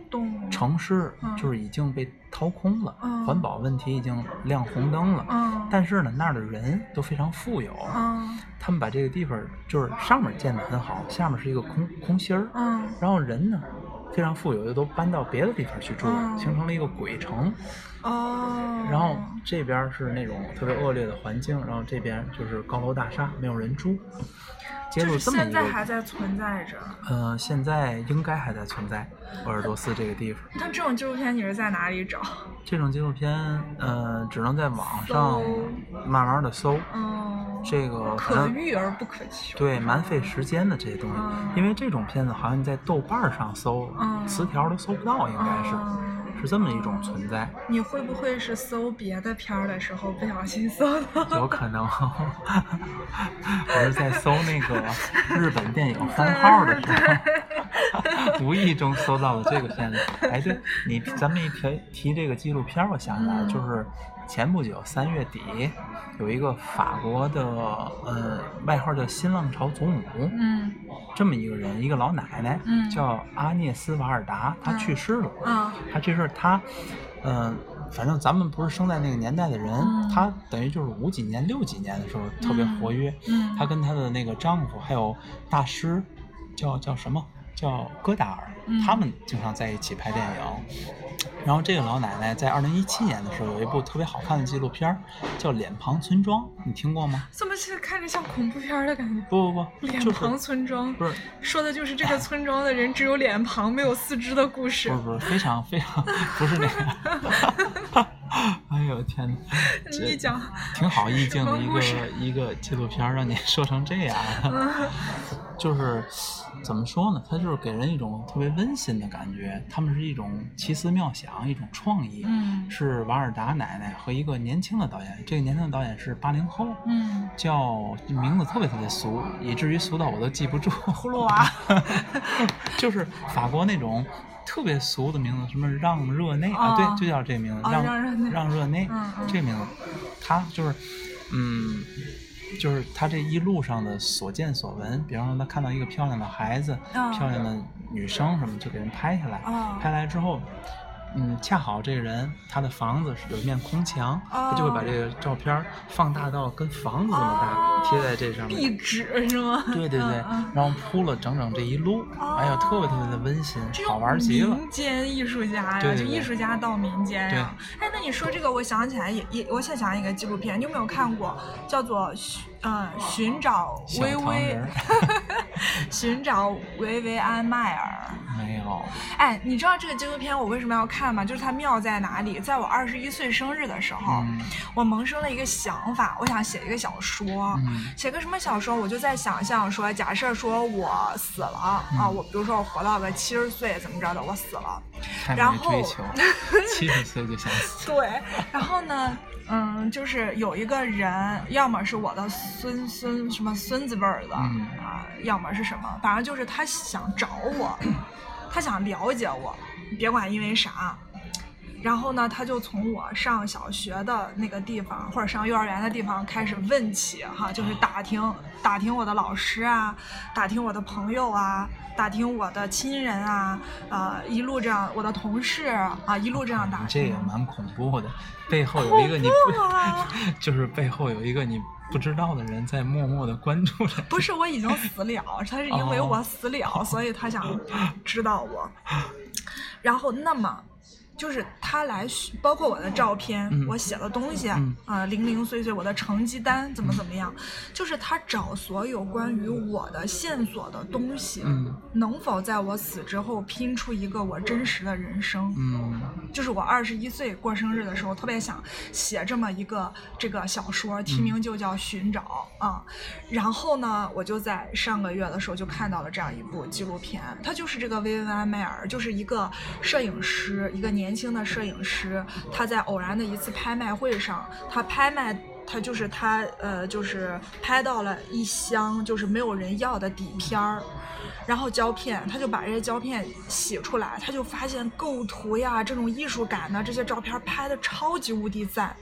Speaker 1: 动物
Speaker 2: 城市
Speaker 1: 嗯
Speaker 2: 就是已经被掏空了，
Speaker 1: 嗯
Speaker 2: 环保问题已经亮红灯了。
Speaker 1: 嗯，
Speaker 2: 但是呢，那儿的人都非常富有，
Speaker 1: 嗯
Speaker 2: 他们把这个地方就是上面建得很好，下面是一个空空心儿，
Speaker 1: 嗯，
Speaker 2: 然后人呢非常富有，就都搬到别的地方去住了，
Speaker 1: 嗯
Speaker 2: 形成了一个鬼城。
Speaker 1: 哦，
Speaker 2: 然后这边是那种特别恶劣的环境，然后这边就是高楼大厦，没有人住。揭
Speaker 1: 就
Speaker 2: 露
Speaker 1: 是
Speaker 2: 这么
Speaker 1: 现
Speaker 2: 一
Speaker 1: 在
Speaker 2: 个，
Speaker 1: 还在存在着。
Speaker 2: 呃，现在应该还在存在鄂尔多斯这个地方。
Speaker 1: 那这种纪录片你是在哪里找？
Speaker 2: 这种纪录片，呃，只能在网
Speaker 1: 搜
Speaker 2: 上慢慢的搜。
Speaker 1: 嗯，
Speaker 2: 这个可
Speaker 1: 可
Speaker 2: 能
Speaker 1: 遇而不可求。
Speaker 2: 对，蛮费时间的这些东西，
Speaker 1: 嗯
Speaker 2: 因为这种片子好像你在豆瓣儿上搜，
Speaker 1: 嗯
Speaker 2: 词条都搜不到，应该是。
Speaker 1: 嗯
Speaker 2: 是这么一种存在，
Speaker 1: 你会不会是搜别的片儿的时候不小心搜到？
Speaker 2: 有可能。我是在搜那个日本电影番号的时候，无意中搜到了这个片子。哎，对你咱们一提提这个纪录片儿，我想起来了就是前不久三月底有一个法国的呃外号叫新浪潮祖母，
Speaker 1: 嗯
Speaker 2: 这么一个人，一个老奶奶，
Speaker 1: 嗯
Speaker 2: 叫阿涅斯瓦尔达，她去世了。
Speaker 1: 啊
Speaker 2: 她这事儿，她，嗯、反正咱们不是生在那个年代的人，
Speaker 1: 嗯
Speaker 2: 她等于就是五几年、六几年的时候特别活跃。
Speaker 1: 嗯，
Speaker 2: 她跟她的那个丈夫还有大师，叫叫什么？叫戈达尔，
Speaker 1: 嗯
Speaker 2: 他们经常在一起拍电影。然后这个老奶奶在二零一七年的时候有一部特别好看的纪录片儿，叫《脸庞村庄》，你听过吗？
Speaker 1: 怎么是看着像恐怖片儿的感觉？
Speaker 2: 不不不，
Speaker 1: 脸
Speaker 2: 就是
Speaker 1: 庞村庄
Speaker 2: 不是
Speaker 1: 说的就是这个村庄的人只有脸庞没有四肢的故事
Speaker 2: 不是。不是，非常非常 不是那个。 哎呦天哪！这
Speaker 1: 你讲，
Speaker 2: 挺好意境的一
Speaker 1: 什么故
Speaker 2: 个
Speaker 1: 事
Speaker 2: 一个纪录片儿，让你 说成这样，
Speaker 1: 嗯
Speaker 2: 就是怎么说呢？它就是给人一种特别温馨的感觉。他们是一种奇思妙想，一种创意。
Speaker 1: 嗯
Speaker 2: 是瓦尔达奶奶和一个年轻的导演，这个年轻的导演是八零后，
Speaker 1: 嗯，
Speaker 2: 叫名字特别特别俗，以至于俗到我都记 不住。
Speaker 1: 葫芦娃，
Speaker 2: 就是法国那种特别俗的名字，什么让热内、啊，
Speaker 1: 哦
Speaker 2: 对，就叫这名字，
Speaker 1: 哦
Speaker 2: 让
Speaker 1: 让热内
Speaker 2: 让热内、
Speaker 1: 嗯嗯
Speaker 2: 这名字，他就是，嗯，就是他这一路上的所见所闻，比方说他看到一个漂亮的孩子、
Speaker 1: 嗯
Speaker 2: 漂亮的女生什么，就给人拍下来，
Speaker 1: 哦
Speaker 2: 拍来之后。嗯，恰好这个人他的房子是有一面空墙，
Speaker 1: 哦
Speaker 2: 他就会把这个照片儿放大到跟房子这么大，
Speaker 1: 哦
Speaker 2: 贴在这上面。
Speaker 1: 壁纸是吗？
Speaker 2: 对对对
Speaker 1: 嗯嗯，
Speaker 2: 然后铺了整整这一路，
Speaker 1: 哦
Speaker 2: 哎呀，特别特别的温馨，
Speaker 1: 这
Speaker 2: 好
Speaker 1: 种
Speaker 2: 玩极了。
Speaker 1: 民间艺术家呀，
Speaker 2: 对
Speaker 1: 就
Speaker 2: 对
Speaker 1: 艺
Speaker 2: 对
Speaker 1: 术家到民间呀。哎，那你说这个，我想起来也也，我想想一个纪录片，你有没有看过？叫做《寻呃寻找
Speaker 2: 小
Speaker 1: 薇
Speaker 2: 糖
Speaker 1: 薇
Speaker 2: 人儿》，
Speaker 1: 寻找薇薇安迈尔。
Speaker 2: 没有，
Speaker 1: 哎，你知道这个纪录片我为什么要看吗？就是它妙在哪里？在我二十一岁生日的时候，
Speaker 2: 嗯
Speaker 1: 我萌生了一个想法，我想写一个小说。
Speaker 2: 嗯
Speaker 1: 写个什么小说，我就在想象说，假设说我死了、
Speaker 2: 嗯
Speaker 1: 啊，我比如说我活到个七十岁怎么着的，我死了，
Speaker 2: 太
Speaker 1: 然
Speaker 2: 没
Speaker 1: 后
Speaker 2: 追求，七十岁就想死。
Speaker 1: 对，然后呢，嗯，就是有一个人，要么是我的孙孙什么孙子辈儿的、
Speaker 2: 嗯
Speaker 1: 啊，要么是什么，反正就是他想找我，他想了解我，别管因为啥。然后呢，他就从我上小学的那个地方，或者上幼儿园的地方开始问起哈，就是打听打听我的老师啊，打听我的朋友啊，打听我的亲人啊，呃，一路这样，我的同事啊，一路这样打
Speaker 2: 你
Speaker 1: 听。
Speaker 2: 这也蛮恐怖的，背后有一个你
Speaker 1: 恐怖啊
Speaker 2: 不， 就是背后有一个你不知道的人在默默的关注着。
Speaker 1: 不是我已经死了，他是因为我死了，所以他想知道我。然后，那么就是他来寻，包括我的照片，
Speaker 2: 嗯
Speaker 1: 我写的东西，
Speaker 2: 嗯
Speaker 1: 啊，零零碎碎，我的成绩单怎么怎么样，就是他找所有关于我的线索的东西，
Speaker 2: 嗯
Speaker 1: 能否在我死之后拼出一个我真实的人生？
Speaker 2: 嗯，
Speaker 1: 就是我二十一岁过生日的时候，特别想写这么一个这个小说，题名就叫《寻找》啊、然后呢，我就在上个月的时候就看到了这样一部纪录片，它就是这个薇薇安迈尔，就是一个摄影师，一个年轻的摄影师，他在偶然的一次拍卖会上，他拍卖。他就是他，呃，就是拍到了一箱就是没有人要的底片儿，然后胶片，他就把这些胶片洗出来，他就发现构图呀，这种艺术感呢，这些照片拍的超级无敌赞，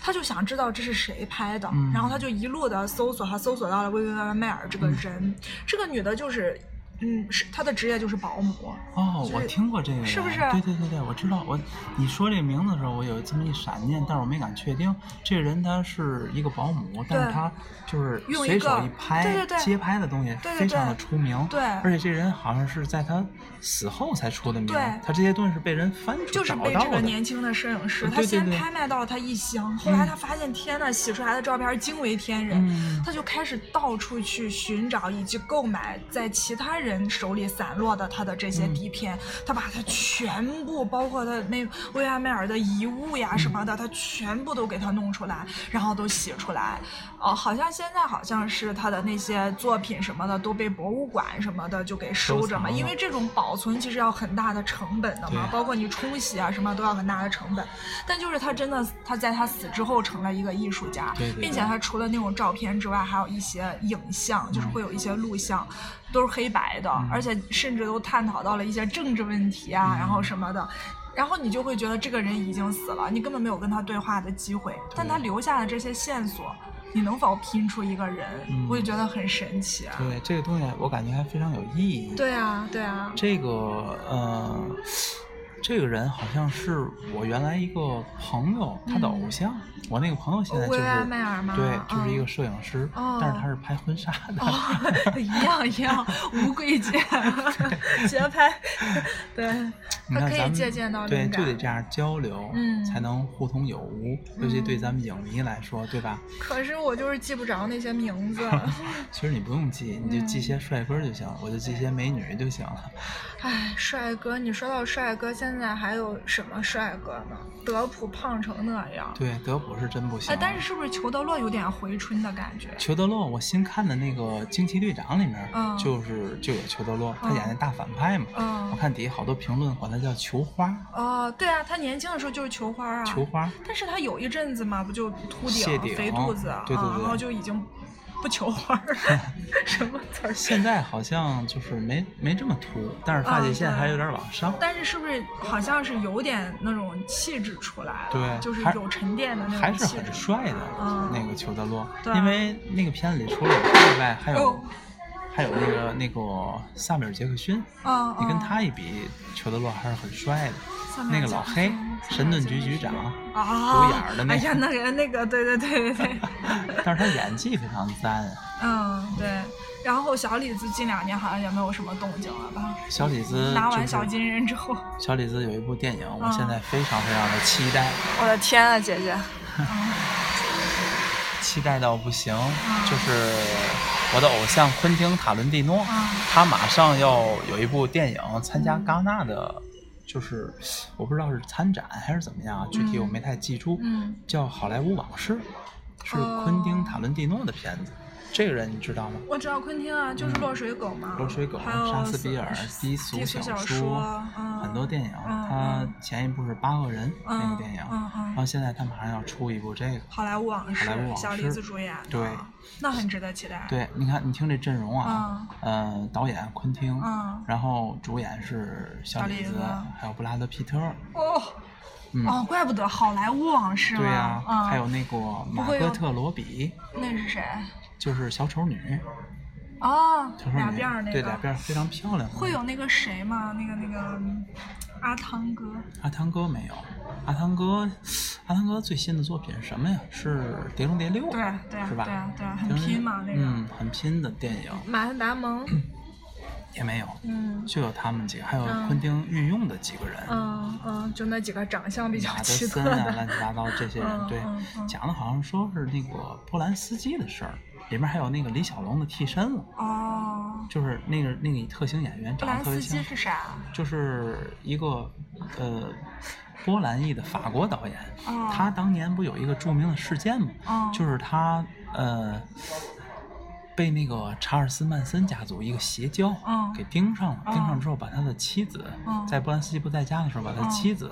Speaker 1: 他就想知道这是谁拍的，
Speaker 2: 嗯
Speaker 1: 然后他就一路的搜索，他搜索到了薇薇安迈尔这个人，这个女的就是，嗯，是她的职业就是保姆，
Speaker 2: 哦，
Speaker 1: 就是
Speaker 2: 我听过这个人，
Speaker 1: 是不是
Speaker 2: 对对对对，我知道。我你说这名字的时候，我有这么一闪念，但是我没敢确定。这人他是一个保姆，但是
Speaker 1: 对
Speaker 2: 他就是
Speaker 1: 用一
Speaker 2: 随手
Speaker 1: 个
Speaker 2: 一拍，
Speaker 1: 对对对
Speaker 2: 街拍的东西
Speaker 1: 对对
Speaker 2: 非常
Speaker 1: 对
Speaker 2: 的出名。
Speaker 1: 对
Speaker 2: 而且这人好像是在他死后才出的名
Speaker 1: 对，
Speaker 2: 他这些东西是被人翻出
Speaker 1: 就是
Speaker 2: 找
Speaker 1: 被
Speaker 2: 到
Speaker 1: 这个
Speaker 2: 的。
Speaker 1: 年轻的摄影师，
Speaker 2: 对
Speaker 1: 他
Speaker 2: 对
Speaker 1: 先
Speaker 2: 对
Speaker 1: 拍卖到了他一箱，后来他发现，天呐，洗出来的照片惊为天人，
Speaker 2: 嗯
Speaker 1: 他就开始到处去寻找以及购买在其他人人手里散落的他的这
Speaker 2: 嗯
Speaker 1: 些底片，他把他全部，包括他那维亚梅尔的遗物呀什么的，
Speaker 2: 嗯
Speaker 1: 他全部都给他弄出来，然后都写出来。哦，好像现在好像是他的那些作品什么的都被博物馆什么的就给收着嘛，
Speaker 2: 收藏了
Speaker 1: 因为这种保存其实要很大的成本的嘛，
Speaker 2: 对
Speaker 1: 包括你冲洗啊什么都要很大的成本。但就是他真的，他在他死之后成了一个艺术家，
Speaker 2: 对对对
Speaker 1: 并且他除了那种照片之外，还有一些影像，就是
Speaker 2: 嗯
Speaker 1: 会有一些录像，都是黑白的，而且甚至都探讨到了一些政治问题啊，然
Speaker 2: 嗯
Speaker 1: 后什么的。然后你就会觉得这个人已经死了，你根本没有跟他对话的机会，但他留下的这些线索，你能否拼出一个人，
Speaker 2: 嗯
Speaker 1: 我就觉得很神奇啊！
Speaker 2: 对这个东西，我感觉还非常有意义。
Speaker 1: 对啊，对啊，
Speaker 2: 这个呃，这个人好像是我原来一个朋友，他的偶像。我那个朋友现在就
Speaker 1: 薇
Speaker 2: 是
Speaker 1: 薇安迈嗯尔吗
Speaker 2: 对，就是一
Speaker 1: 嗯
Speaker 2: 个摄影师，
Speaker 1: 哦
Speaker 2: 但是他是拍婚纱的。
Speaker 1: 哦，一样一样，无贵 贱，节拍，对，
Speaker 2: 你
Speaker 1: 他
Speaker 2: 看
Speaker 1: 可
Speaker 2: 咱
Speaker 1: 以
Speaker 2: 们
Speaker 1: 借鉴到
Speaker 2: 对，
Speaker 1: 灵
Speaker 2: 就得
Speaker 1: 感。
Speaker 2: 这样交流，
Speaker 1: 嗯
Speaker 2: 才能互通有无。尤其对咱们影迷来说，对吧？
Speaker 1: 可是我就是记不着那些名 字，
Speaker 2: 其实你不用记，你就记
Speaker 1: 嗯
Speaker 2: 些帅哥就行，我就记些美女就行了。
Speaker 1: 唉，哎帅哥，你说到帅哥，现在还有什么帅哥呢？德普胖成那样，
Speaker 2: 对，德普是真不行
Speaker 1: 哎，。但是是不是裘德洛有点回春的感觉？
Speaker 2: 裘德洛，我新看的那个《惊奇队长》里面，
Speaker 1: 嗯
Speaker 2: 就是就有裘德洛，他
Speaker 1: 嗯
Speaker 2: 演那大反派嘛。我
Speaker 1: 嗯，
Speaker 2: 看底下好多评论管他叫球花，
Speaker 1: 哦，对啊，他年轻的时候就是球花啊，
Speaker 2: 球花。
Speaker 1: 但是他有一阵子嘛，不就秃
Speaker 2: 谢
Speaker 1: 顶、
Speaker 2: 顶
Speaker 1: 肥肚子啊，
Speaker 2: 对对对
Speaker 1: 然后就已经不球花了， 什么词儿？
Speaker 2: 现在好像就是没没这么秃，但是发际线
Speaker 1: 啊对
Speaker 2: 还有点往上，
Speaker 1: 但是是不是好像是有点那种气质出来了？
Speaker 2: 对
Speaker 1: 就是
Speaker 2: 还
Speaker 1: 有沉淀的那
Speaker 2: 还
Speaker 1: 种
Speaker 2: 是
Speaker 1: 气
Speaker 2: 很
Speaker 1: 质。
Speaker 2: 帅的、
Speaker 1: 嗯
Speaker 2: 那个裘德洛。
Speaker 1: 对啊
Speaker 2: 因为那个片子里除了有他以外，还有、
Speaker 1: 哦
Speaker 2: 还有那个那个萨米尔杰克逊，
Speaker 1: 嗯，
Speaker 2: 你跟
Speaker 1: 嗯
Speaker 2: 他一比，裘德洛还是很帅的。
Speaker 1: 萨米
Speaker 2: 那
Speaker 1: 尔
Speaker 2: 个
Speaker 1: 杰
Speaker 2: 老
Speaker 1: 克
Speaker 2: 黑
Speaker 1: 逊，
Speaker 2: 神盾局局长，
Speaker 1: 啊，
Speaker 2: 有眼儿的那
Speaker 1: 哎
Speaker 2: 个
Speaker 1: 呀，那个那个，对对对对对，
Speaker 2: 哎但是他演技非常赞啊。
Speaker 1: 嗯对。然后小李子近两年好像也没有什么动静了吧？
Speaker 2: 小李子、就是、
Speaker 1: 拿完小金人之后，
Speaker 2: 小李子有一部电影，我
Speaker 1: 嗯
Speaker 2: 现在非常非常的期待，
Speaker 1: 我的天啊，姐姐！
Speaker 2: 期待到不行。就是我的偶像昆汀·塔伦蒂诺，
Speaker 1: 嗯
Speaker 2: 他马上要有一部电影参加戛纳
Speaker 1: 嗯
Speaker 2: 的，就是我不知道是参展还是怎么样，具体我没太记住。
Speaker 1: 嗯
Speaker 2: 叫《好莱坞往事》，是
Speaker 1: 哦
Speaker 2: 昆汀·塔伦蒂诺的片子。这个人你知道吗？
Speaker 1: 我知道昆汀啊，就是落水狗嘛，
Speaker 2: 落水狗、
Speaker 1: 还有
Speaker 2: 莎士比尔、低
Speaker 1: 低
Speaker 2: 俗
Speaker 1: 俗小
Speaker 2: 说，
Speaker 1: 嗯
Speaker 2: 很多电影。
Speaker 1: 嗯
Speaker 2: 他前一部是《八恶人》那个电影，
Speaker 1: 嗯嗯嗯
Speaker 2: 然后现在他马上要出一部这个。
Speaker 1: 好莱坞往事，
Speaker 2: 好莱坞往
Speaker 1: 小李
Speaker 2: 事
Speaker 1: 子主演的，
Speaker 2: 对，
Speaker 1: 那很值得期待。，
Speaker 2: 对，你看，你听这阵容啊，呃，导演昆汀，
Speaker 1: 嗯
Speaker 2: 然后主演是小
Speaker 1: 小
Speaker 2: 李
Speaker 1: 李
Speaker 2: 子
Speaker 1: 子，
Speaker 2: 还有布拉德·皮特，
Speaker 1: 哦，
Speaker 2: 嗯
Speaker 1: 哦，怪不得好莱坞往事
Speaker 2: 对呀
Speaker 1: 嘛，嗯，
Speaker 2: 还有那个马
Speaker 1: 会
Speaker 2: 格
Speaker 1: 有
Speaker 2: 特·罗比，
Speaker 1: 那是谁？
Speaker 2: 就是小丑女，
Speaker 1: 哦
Speaker 2: 小丑，女
Speaker 1: 俩辫儿那个，
Speaker 2: 对，俩辫儿非常漂亮的那个。
Speaker 1: 会有那个谁吗？那个那个嗯阿汤哥，
Speaker 2: 阿汤哥没有，阿汤哥，阿汤哥最新的作品是什么呀？是《碟中谍六》，
Speaker 1: 对啊对啊
Speaker 2: 是吧？
Speaker 1: 对啊对啊很
Speaker 2: 碟中谍
Speaker 1: 拼嘛那个
Speaker 2: 嗯，很拼的电影
Speaker 1: 马特达蒙，
Speaker 2: 也没有，
Speaker 1: 嗯
Speaker 2: 就有他们几个，还有
Speaker 1: 嗯
Speaker 2: 昆汀运用的几个人，
Speaker 1: 嗯嗯，就那几个长相比较
Speaker 2: 马德
Speaker 1: 奇特
Speaker 2: 森啊，乱
Speaker 1: 的，
Speaker 2: 七八糟这些人，
Speaker 1: 嗯
Speaker 2: 对
Speaker 1: 嗯，嗯
Speaker 2: 讲的好像说是那个波兰斯基的事儿，里面还有那个李小龙的替身了，
Speaker 1: 哦，
Speaker 2: 就是那个那个特型演员
Speaker 1: 布
Speaker 2: 长得
Speaker 1: 兰
Speaker 2: 特别
Speaker 1: 斯
Speaker 2: 像
Speaker 1: 基，是啥？
Speaker 2: 就是一个呃波兰裔的法国导演，
Speaker 1: 哦
Speaker 2: 啊他当年不有一个著名的事件吗？
Speaker 1: 哦
Speaker 2: 就是他呃被那个查尔斯曼森家族一个邪教
Speaker 1: 嗯
Speaker 2: 给盯上了，
Speaker 1: 哦
Speaker 2: 盯上之后把他的妻子、
Speaker 1: 嗯
Speaker 2: 在波兰斯基不在家的时候把他
Speaker 1: 哦
Speaker 2: 妻子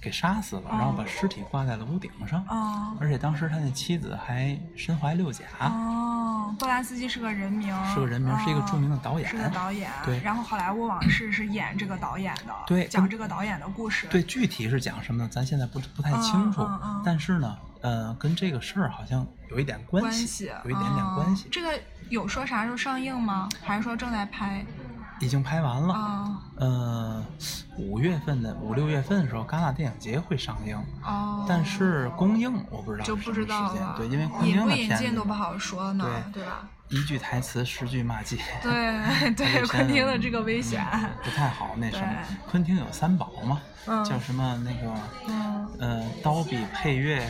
Speaker 2: 给杀死了，
Speaker 1: 哦
Speaker 2: 然后把尸体挂在了屋顶上，
Speaker 1: 哦
Speaker 2: 而且当时他那妻子还身怀六甲，
Speaker 1: 哦，布兰斯基是个人名，
Speaker 2: 啊是个人名，是一个著名
Speaker 1: 的。
Speaker 2: 的导演
Speaker 1: 是。个导演，
Speaker 2: 对
Speaker 1: 然后好莱坞往事是演这个导演的，
Speaker 2: 对
Speaker 1: 讲
Speaker 2: 跟
Speaker 1: 这个导演的故事，
Speaker 2: 对，具体是讲什么呢？咱现在不不太清楚，
Speaker 1: 嗯嗯嗯
Speaker 2: 但是呢，呃，跟这个事儿好像有一点关
Speaker 1: 关
Speaker 2: 系，
Speaker 1: 系，
Speaker 2: 有一点点
Speaker 1: 嗯
Speaker 2: 关系。
Speaker 1: 这个有说啥时候上映吗？还是说正在拍？
Speaker 2: 已经拍完了，
Speaker 1: 啊、
Speaker 2: 呃，五月份的五六月份的时候，戛纳电影节会上映，
Speaker 1: 哦，
Speaker 2: 但是公映我不知道
Speaker 1: 就是不知
Speaker 2: 什么
Speaker 1: 道
Speaker 2: 时间
Speaker 1: 了，
Speaker 2: 对，因为公
Speaker 1: 引
Speaker 2: 映
Speaker 1: 不
Speaker 2: 的
Speaker 1: 引
Speaker 2: 片
Speaker 1: 进
Speaker 2: 子
Speaker 1: 都不好说呢，对吧？
Speaker 2: 一句台词十句骂 街，
Speaker 1: 对
Speaker 2: 这
Speaker 1: 对，
Speaker 2: 个
Speaker 1: 昆汀的
Speaker 2: 片
Speaker 1: 这个危险，
Speaker 2: 嗯不太好那什么。
Speaker 1: 对
Speaker 2: 昆汀有三宝嘛，
Speaker 1: 嗯
Speaker 2: 叫什么那个
Speaker 1: 嗯
Speaker 2: 呃，刀笔配乐，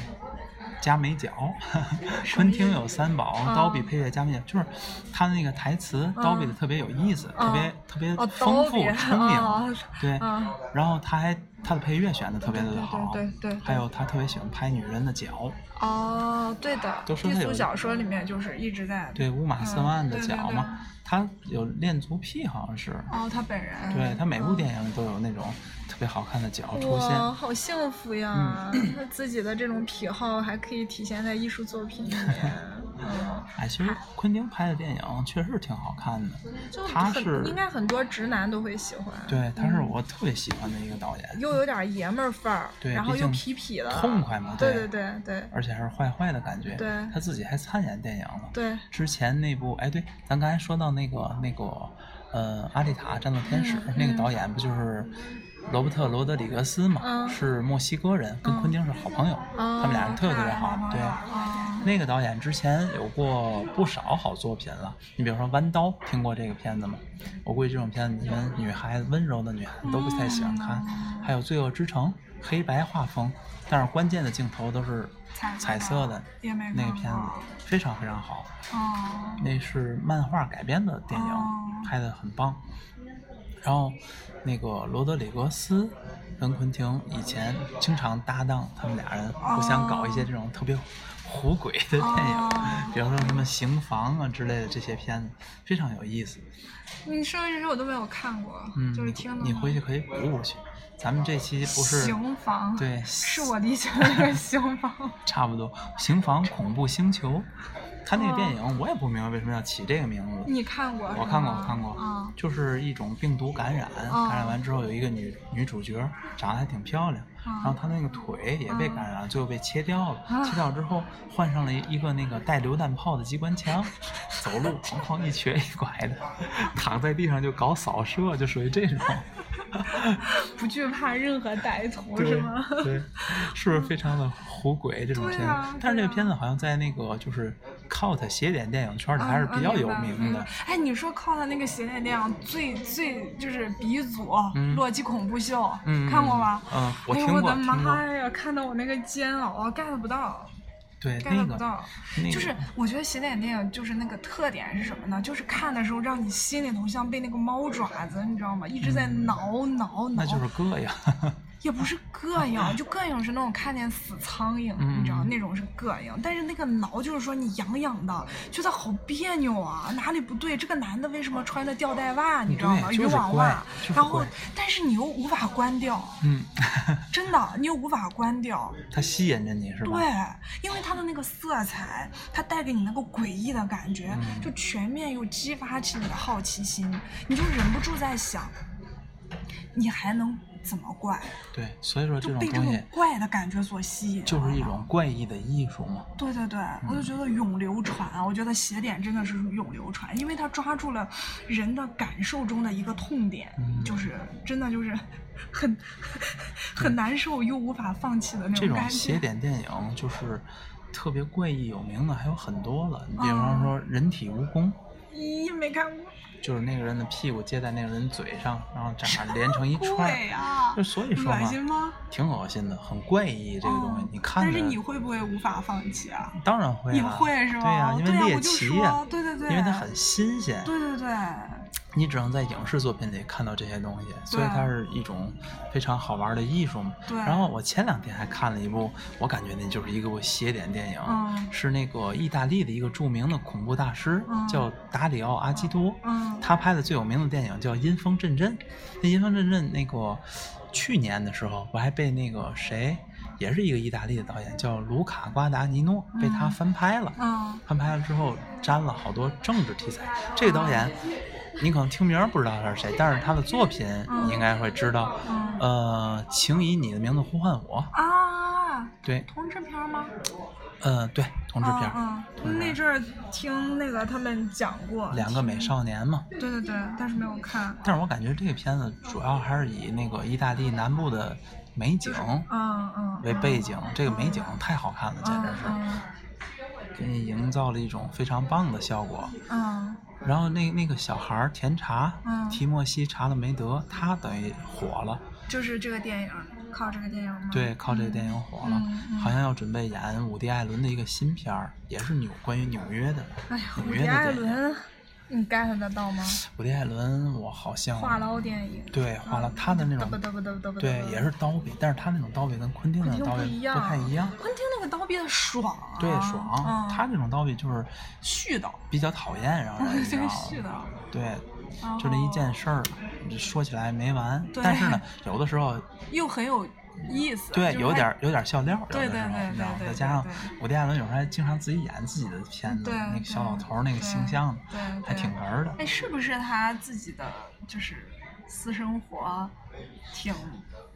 Speaker 2: 加美角， 春听有三宝，
Speaker 1: 嗯
Speaker 2: 刀笔配乐加美角，就是他那个台词，刀笔的特别有意思，特别
Speaker 1: 嗯
Speaker 2: 特别
Speaker 1: 哦，
Speaker 2: 丰
Speaker 1: 刀
Speaker 2: 富
Speaker 1: 笔
Speaker 2: 充
Speaker 3: 哦
Speaker 1: 啊
Speaker 2: 盈，对。
Speaker 3: 嗯
Speaker 1: 啊，
Speaker 2: 然后他还他的配乐选的特别的好，
Speaker 1: 对对对对对
Speaker 2: 还有他特别喜欢拍女人的脚，
Speaker 1: 哦，对的，
Speaker 2: 都说
Speaker 1: 低
Speaker 2: 他有
Speaker 1: 俗小说里面就是一直在，
Speaker 2: 对乌玛斯曼的
Speaker 1: 嗯对
Speaker 2: 脚
Speaker 1: 对
Speaker 2: 嘛，他有恋足癖好像是，
Speaker 1: 哦，他本人，
Speaker 2: 对他每
Speaker 1: 嗯
Speaker 2: 部电影都有那种特别好嗯看的脚出现，
Speaker 1: 哦
Speaker 3: 哇，好幸福呀！他自己的这种癖好还可以体现在艺术作品里 面，嗯
Speaker 2: 哎，其实昆汀拍的电影确实挺好看
Speaker 1: 嗯
Speaker 2: 的，
Speaker 3: 就
Speaker 2: 他是
Speaker 3: 很应该很多直男都会喜欢。
Speaker 2: 对，他
Speaker 1: 嗯
Speaker 2: 是我特别喜欢的一个导演，
Speaker 3: 又有点爷们儿范儿，
Speaker 2: 对
Speaker 3: 然后
Speaker 2: 毕
Speaker 3: 又痞
Speaker 2: 竟
Speaker 3: 痞的，
Speaker 2: 痛快嘛
Speaker 3: 对
Speaker 2: 对
Speaker 3: 对对
Speaker 2: 而且还是坏坏的感觉。
Speaker 3: 对
Speaker 2: 他自己还参演电影了。
Speaker 3: 对
Speaker 2: 之前那部，哎，对，咱刚才说到那个那个，呃，《阿丽塔：战斗天使》
Speaker 3: 嗯
Speaker 2: 那个导演不就是罗伯特·罗德里格斯嘛？
Speaker 3: 嗯
Speaker 2: 是墨西哥人，跟昆汀是好朋友，
Speaker 3: 哦
Speaker 2: 他们俩人特别特别好。对，
Speaker 1: 啊，
Speaker 2: 那个导演之前有过不少好作品了，你比如说《弯刀》，听过这个片子吗？我估计这种片子，你们女孩子温柔的女孩子都不太喜欢看。还有《罪恶之城》，黑白画风，但是关键的镜头都是
Speaker 1: 彩
Speaker 2: 彩色的，
Speaker 1: 也没
Speaker 2: 那个
Speaker 1: 看
Speaker 2: 片子
Speaker 1: 过
Speaker 2: 非常非常好。
Speaker 1: 哦，
Speaker 2: 那是漫画改编的电
Speaker 1: 哦
Speaker 2: 影，拍的很棒。然后，那个罗德里格斯跟昆汀以前经常搭档，他们俩人互相搞一些这种特别虎鬼的电影，
Speaker 1: 哦
Speaker 2: 比如说什么《刑房》啊之类的这些片子，非常有意思。
Speaker 1: 你说这些我都没有看过，
Speaker 2: 嗯，
Speaker 1: 就是听的。
Speaker 2: 你回去可以补补去。咱们这期不是
Speaker 1: 刑房，，
Speaker 2: 对，
Speaker 1: 是我理解的那个刑房。
Speaker 2: 差不多《刑房恐怖星球》，他那个电
Speaker 1: 哦
Speaker 2: 影我也不明白为什么要起这个名字。
Speaker 1: 你看哦过是吗？
Speaker 2: 我看过，我看过，
Speaker 1: 啊，
Speaker 2: 就是一种病毒感染，
Speaker 1: 哦
Speaker 2: 感染完之后有一个女女主角长得还挺漂亮，
Speaker 1: 哦
Speaker 2: 然后她那个腿也被感染了，最后被切掉了，
Speaker 1: 啊
Speaker 2: 切掉之后换上了一个那个带榴弹炮的机关 枪，走路哐哐一瘸一拐的，躺在地上就搞扫射，就属 于这种，
Speaker 3: 不惧怕任何歹徒
Speaker 2: 对
Speaker 3: 是 吗？
Speaker 2: 对，是不是非常的虎鬼这种片
Speaker 1: 对
Speaker 2: 子？
Speaker 1: 啊
Speaker 2: 但是这
Speaker 1: 对
Speaker 2: 个
Speaker 1: 啊
Speaker 2: 片子好像在那个就是 cult 邪典电影圈里还是比较有名的。
Speaker 1: 嗯嗯哎，你说靠他那个邪典电影最最就是鼻祖
Speaker 2: 嗯
Speaker 1: 《洛基恐怖秀》
Speaker 2: 嗯，
Speaker 1: 看过吗？
Speaker 2: 嗯，我
Speaker 1: 哎
Speaker 2: 听
Speaker 1: 呦
Speaker 2: 过，
Speaker 1: 我的
Speaker 2: 听过
Speaker 1: 妈呀！看到我那个煎熬啊，get 不到
Speaker 2: 对，哎那
Speaker 1: ，get 不
Speaker 2: 个，
Speaker 1: 到。
Speaker 2: 那个、
Speaker 1: 就是我觉得邪典电影就是那个特点是什么呢？就是看的时候让你心里头像被那个猫爪子，你知道吗？一直在
Speaker 2: 嗯
Speaker 1: 挠挠挠。
Speaker 2: 那就是膈应，
Speaker 1: 也不是膈应，就膈应是那种看见死苍蝇，
Speaker 2: 嗯
Speaker 1: 你知道那种是膈应，但是那个挠就是说你痒痒的，觉得好别扭啊，哪里不对？这个男的为什么穿着吊带袜？你知道吗？
Speaker 2: 嗯对
Speaker 1: 渔
Speaker 2: 就是
Speaker 1: 网
Speaker 2: 怪
Speaker 1: 袜
Speaker 2: 就，是
Speaker 1: 然后
Speaker 2: 怪
Speaker 1: 但是你又无法关掉，
Speaker 2: 嗯，
Speaker 1: 真的你又无法关掉，
Speaker 2: 它吸引着你是吧？
Speaker 1: 对，因为它的那个色彩，它带给你那个诡异的感觉，
Speaker 2: 嗯
Speaker 1: 就全面又激发起你的好奇心，你就忍不住在想，你还能怎么怪？
Speaker 2: 对所以说这
Speaker 1: 就
Speaker 2: 种
Speaker 1: 被这
Speaker 2: 东
Speaker 1: 种
Speaker 2: 西
Speaker 1: 怪的感觉所吸引，
Speaker 2: 就是一种嗯怪异的艺术嘛。
Speaker 1: 对对对，我就觉得永流传啊，我觉得邪典真的是永流传，因为它抓住了人的感受中的一个痛点，
Speaker 2: 嗯
Speaker 1: 就是真的就是很很难受又无法放弃的那
Speaker 2: 这
Speaker 1: 种
Speaker 2: 种
Speaker 1: 感
Speaker 2: 邪
Speaker 1: 觉。
Speaker 2: 典电影就是特别怪异有名的还有很多了，
Speaker 1: 哦
Speaker 2: 你比方说《人体蜈蚣》，
Speaker 3: 咦，没看过。
Speaker 2: 就是那个人的屁股接在那个人嘴上，然后这样连成一串
Speaker 1: 对
Speaker 2: 儿，
Speaker 1: 呀
Speaker 2: 就，所以说
Speaker 1: 恶
Speaker 2: 嘛，
Speaker 1: 心吗？
Speaker 2: 挺恶心的，很怪异这个东西
Speaker 1: 哦，
Speaker 2: 你看
Speaker 1: 但
Speaker 2: 着
Speaker 1: 是你会不会无法放弃啊？
Speaker 2: 当然会
Speaker 1: 也
Speaker 2: 了，
Speaker 1: 会是
Speaker 2: 对呀
Speaker 1: 吗，
Speaker 2: 因
Speaker 1: 对呀
Speaker 2: 为猎
Speaker 1: 我就
Speaker 2: 奇
Speaker 1: 说
Speaker 2: 呀，
Speaker 1: 对对对
Speaker 2: 因为它很新鲜，
Speaker 1: 对对对，
Speaker 2: 你只能在影视作品里看到这些东西，所以它是一种非常好玩的艺术嘛。
Speaker 1: 对
Speaker 2: 然后我前两天还看了一部，我感觉那就是一个邪典电影，
Speaker 1: 嗯
Speaker 2: 是那个意大利的一个著名的恐怖大师，
Speaker 1: 嗯
Speaker 2: 叫达里奥·阿基多。
Speaker 1: 嗯
Speaker 2: 他拍的最有名的电影叫《阴风阵阵》。那《阴风阵阵》那个去年的时候，我还被那个谁，也是一个意大利的导演，叫卢卡·瓜达尼诺，被他翻拍了。
Speaker 1: 嗯，
Speaker 2: 翻拍了之后沾了好多政治题材。这个
Speaker 1: 啊
Speaker 2: 导演，你可能听名儿不知道他是谁，但是他的作品你应该会知道。
Speaker 1: 嗯
Speaker 2: 呃，请以你的名字呼唤我。
Speaker 1: 啊，
Speaker 2: 对，
Speaker 1: 同志片吗？
Speaker 2: 呃，对，同志片儿，
Speaker 1: 嗯
Speaker 2: 同
Speaker 1: 嗯，
Speaker 2: 志
Speaker 1: 那
Speaker 2: 片
Speaker 1: 阵儿听那个他们讲过
Speaker 2: 儿，两个美少年嘛。
Speaker 1: 对对对，但是没有看。
Speaker 2: 但是我感觉这个片子主要还是以那个意大利南部的美景
Speaker 1: 嗯嗯，
Speaker 2: 为背景，这个美景太好看了，简直是
Speaker 1: 嗯
Speaker 2: 给你营造了一种非常棒的效果。
Speaker 1: 嗯
Speaker 2: 然后那那个小孩儿甜茶，
Speaker 1: 嗯
Speaker 2: 提莫西·查勒梅德，他等于火了。
Speaker 1: 嗯，就是这个电影。
Speaker 3: 靠这个电影吗？
Speaker 2: 对，靠这个电影火了，
Speaker 3: 嗯嗯
Speaker 2: 好像要准备演伍迪·艾伦的一个新片儿，也是纽关于纽约的。
Speaker 3: 哎呀，伍
Speaker 2: 纽
Speaker 3: 迪
Speaker 2: 约
Speaker 3: ·
Speaker 2: 的
Speaker 3: 艾
Speaker 2: 电影
Speaker 3: 伦，你 get 得到吗？
Speaker 2: 伍迪·艾伦，我好像
Speaker 3: 话痨电影。
Speaker 2: 对话痨
Speaker 3: 嗯
Speaker 2: 他的那种
Speaker 3: 嘚啵嘚啵嘚啵嘚啵
Speaker 2: 对也是刀笔，但是他那种刀笔跟昆汀那种
Speaker 3: 昆汀
Speaker 2: 刀
Speaker 3: 不
Speaker 2: 笔
Speaker 3: 一样
Speaker 2: 不太一样。
Speaker 1: 昆汀那个刀逼的爽啊，
Speaker 2: 对，
Speaker 3: 嗯
Speaker 2: 爽。他这种刀笔就是
Speaker 1: 絮 叨，
Speaker 2: 比较讨厌， 然后你知
Speaker 1: 这
Speaker 2: 道
Speaker 1: 个
Speaker 2: 吗
Speaker 1: 絮叨。
Speaker 2: 对，就
Speaker 3: 哦
Speaker 2: 这一件事儿，你说起来没完。
Speaker 1: 对
Speaker 2: 但是呢，有的时候
Speaker 1: 又很有意思，
Speaker 2: 对
Speaker 1: 就是
Speaker 2: 有
Speaker 1: 还
Speaker 2: 点有点笑料，有
Speaker 1: 对
Speaker 2: 的时候
Speaker 1: 对对
Speaker 2: 你知道吗？
Speaker 1: 对对
Speaker 2: 再加上
Speaker 1: 对
Speaker 2: 伍迪·艾伦有时候还经常自己演自己的片子，
Speaker 1: 对
Speaker 2: 那个
Speaker 1: 对
Speaker 2: 小老头儿那个形
Speaker 1: 对
Speaker 2: 象
Speaker 1: 对对
Speaker 2: 还挺哏儿的。
Speaker 1: 哎，是不是他自己的就是私生活挺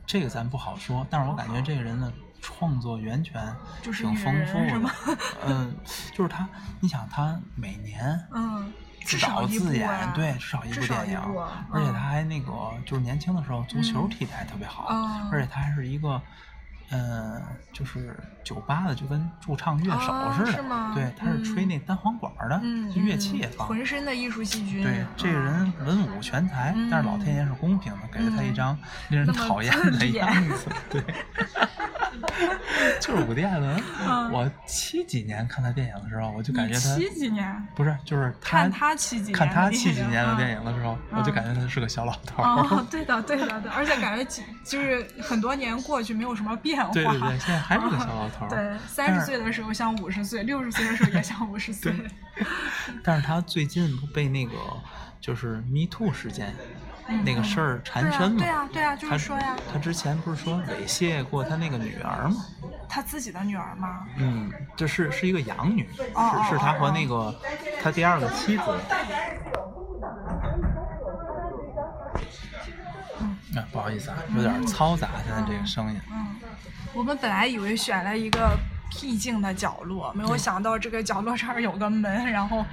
Speaker 2: 这个咱不好说，但是我感觉这个人的创作源泉
Speaker 1: 就是
Speaker 2: 挺
Speaker 1: 女
Speaker 2: 丰富
Speaker 1: 人是吗
Speaker 2: 的。嗯，就是他，你想他每年
Speaker 1: 嗯，
Speaker 2: 自
Speaker 1: 至少
Speaker 2: 导
Speaker 1: 一部
Speaker 2: 自演，
Speaker 1: 啊
Speaker 2: 对，至少一
Speaker 3: 至
Speaker 2: 部
Speaker 3: 少
Speaker 2: 电
Speaker 3: 一
Speaker 2: 影，
Speaker 3: 部
Speaker 2: 而且
Speaker 1: 嗯
Speaker 2: 他还那个就是年轻的时候足球踢得还特别好，
Speaker 1: 嗯
Speaker 2: 而且他还是一个。嗯，就是酒吧的，就跟驻唱乐手
Speaker 1: 哦
Speaker 3: 啊
Speaker 2: 似的，
Speaker 3: 是吗
Speaker 2: 对，他是吹
Speaker 3: 嗯
Speaker 2: 那单簧管儿的，
Speaker 3: 嗯
Speaker 2: 乐器也放。
Speaker 1: 浑身啊的艺术细菌，
Speaker 2: 对，这个人文武全才，但
Speaker 1: 嗯
Speaker 2: 是老天爷是公平的，给了他一张令人
Speaker 3: 那么
Speaker 2: 讨厌
Speaker 3: 刺
Speaker 2: 的
Speaker 3: 眼
Speaker 1: 啊
Speaker 2: 样子。对， 就是伍迪·艾伦。我七几年看他电影的时候，我就感觉他
Speaker 1: 嗯七几年
Speaker 2: 不是，就是
Speaker 1: 看他七几
Speaker 2: 看
Speaker 1: 年
Speaker 2: 他
Speaker 1: 的
Speaker 2: 七
Speaker 1: 电
Speaker 2: 几
Speaker 1: 影
Speaker 2: 年的
Speaker 1: 啊
Speaker 2: 电影的时候，我就感觉他是个小老头儿。
Speaker 1: 哦，对的，对的，对，而且感觉几就是很多年过去没有什么变化。
Speaker 2: 对对对，现在还是个小老头儿。
Speaker 1: 啊 对，三
Speaker 2: 但
Speaker 1: 十
Speaker 2: 是
Speaker 1: 岁的时候像五十岁，六十岁的时候也像五十岁。
Speaker 2: 但是他最近不被那个就是 Me Too 事件那个事儿缠身嘛？
Speaker 1: 嗯对啊对啊对啊就是
Speaker 2: 他
Speaker 1: 说呀
Speaker 2: 他之前不是说猥亵过他那个女儿吗？
Speaker 1: 他自己的女儿吗？
Speaker 2: 嗯，这是是一个养女，
Speaker 1: 哦
Speaker 2: 是是他和那个他第二个妻子。
Speaker 1: 嗯
Speaker 2: 啊，不好意思啊，有点嘈杂，现在这个声音。
Speaker 1: 我们本来以为选了一个僻静的角落，没有想到这个角落这儿有个门，然后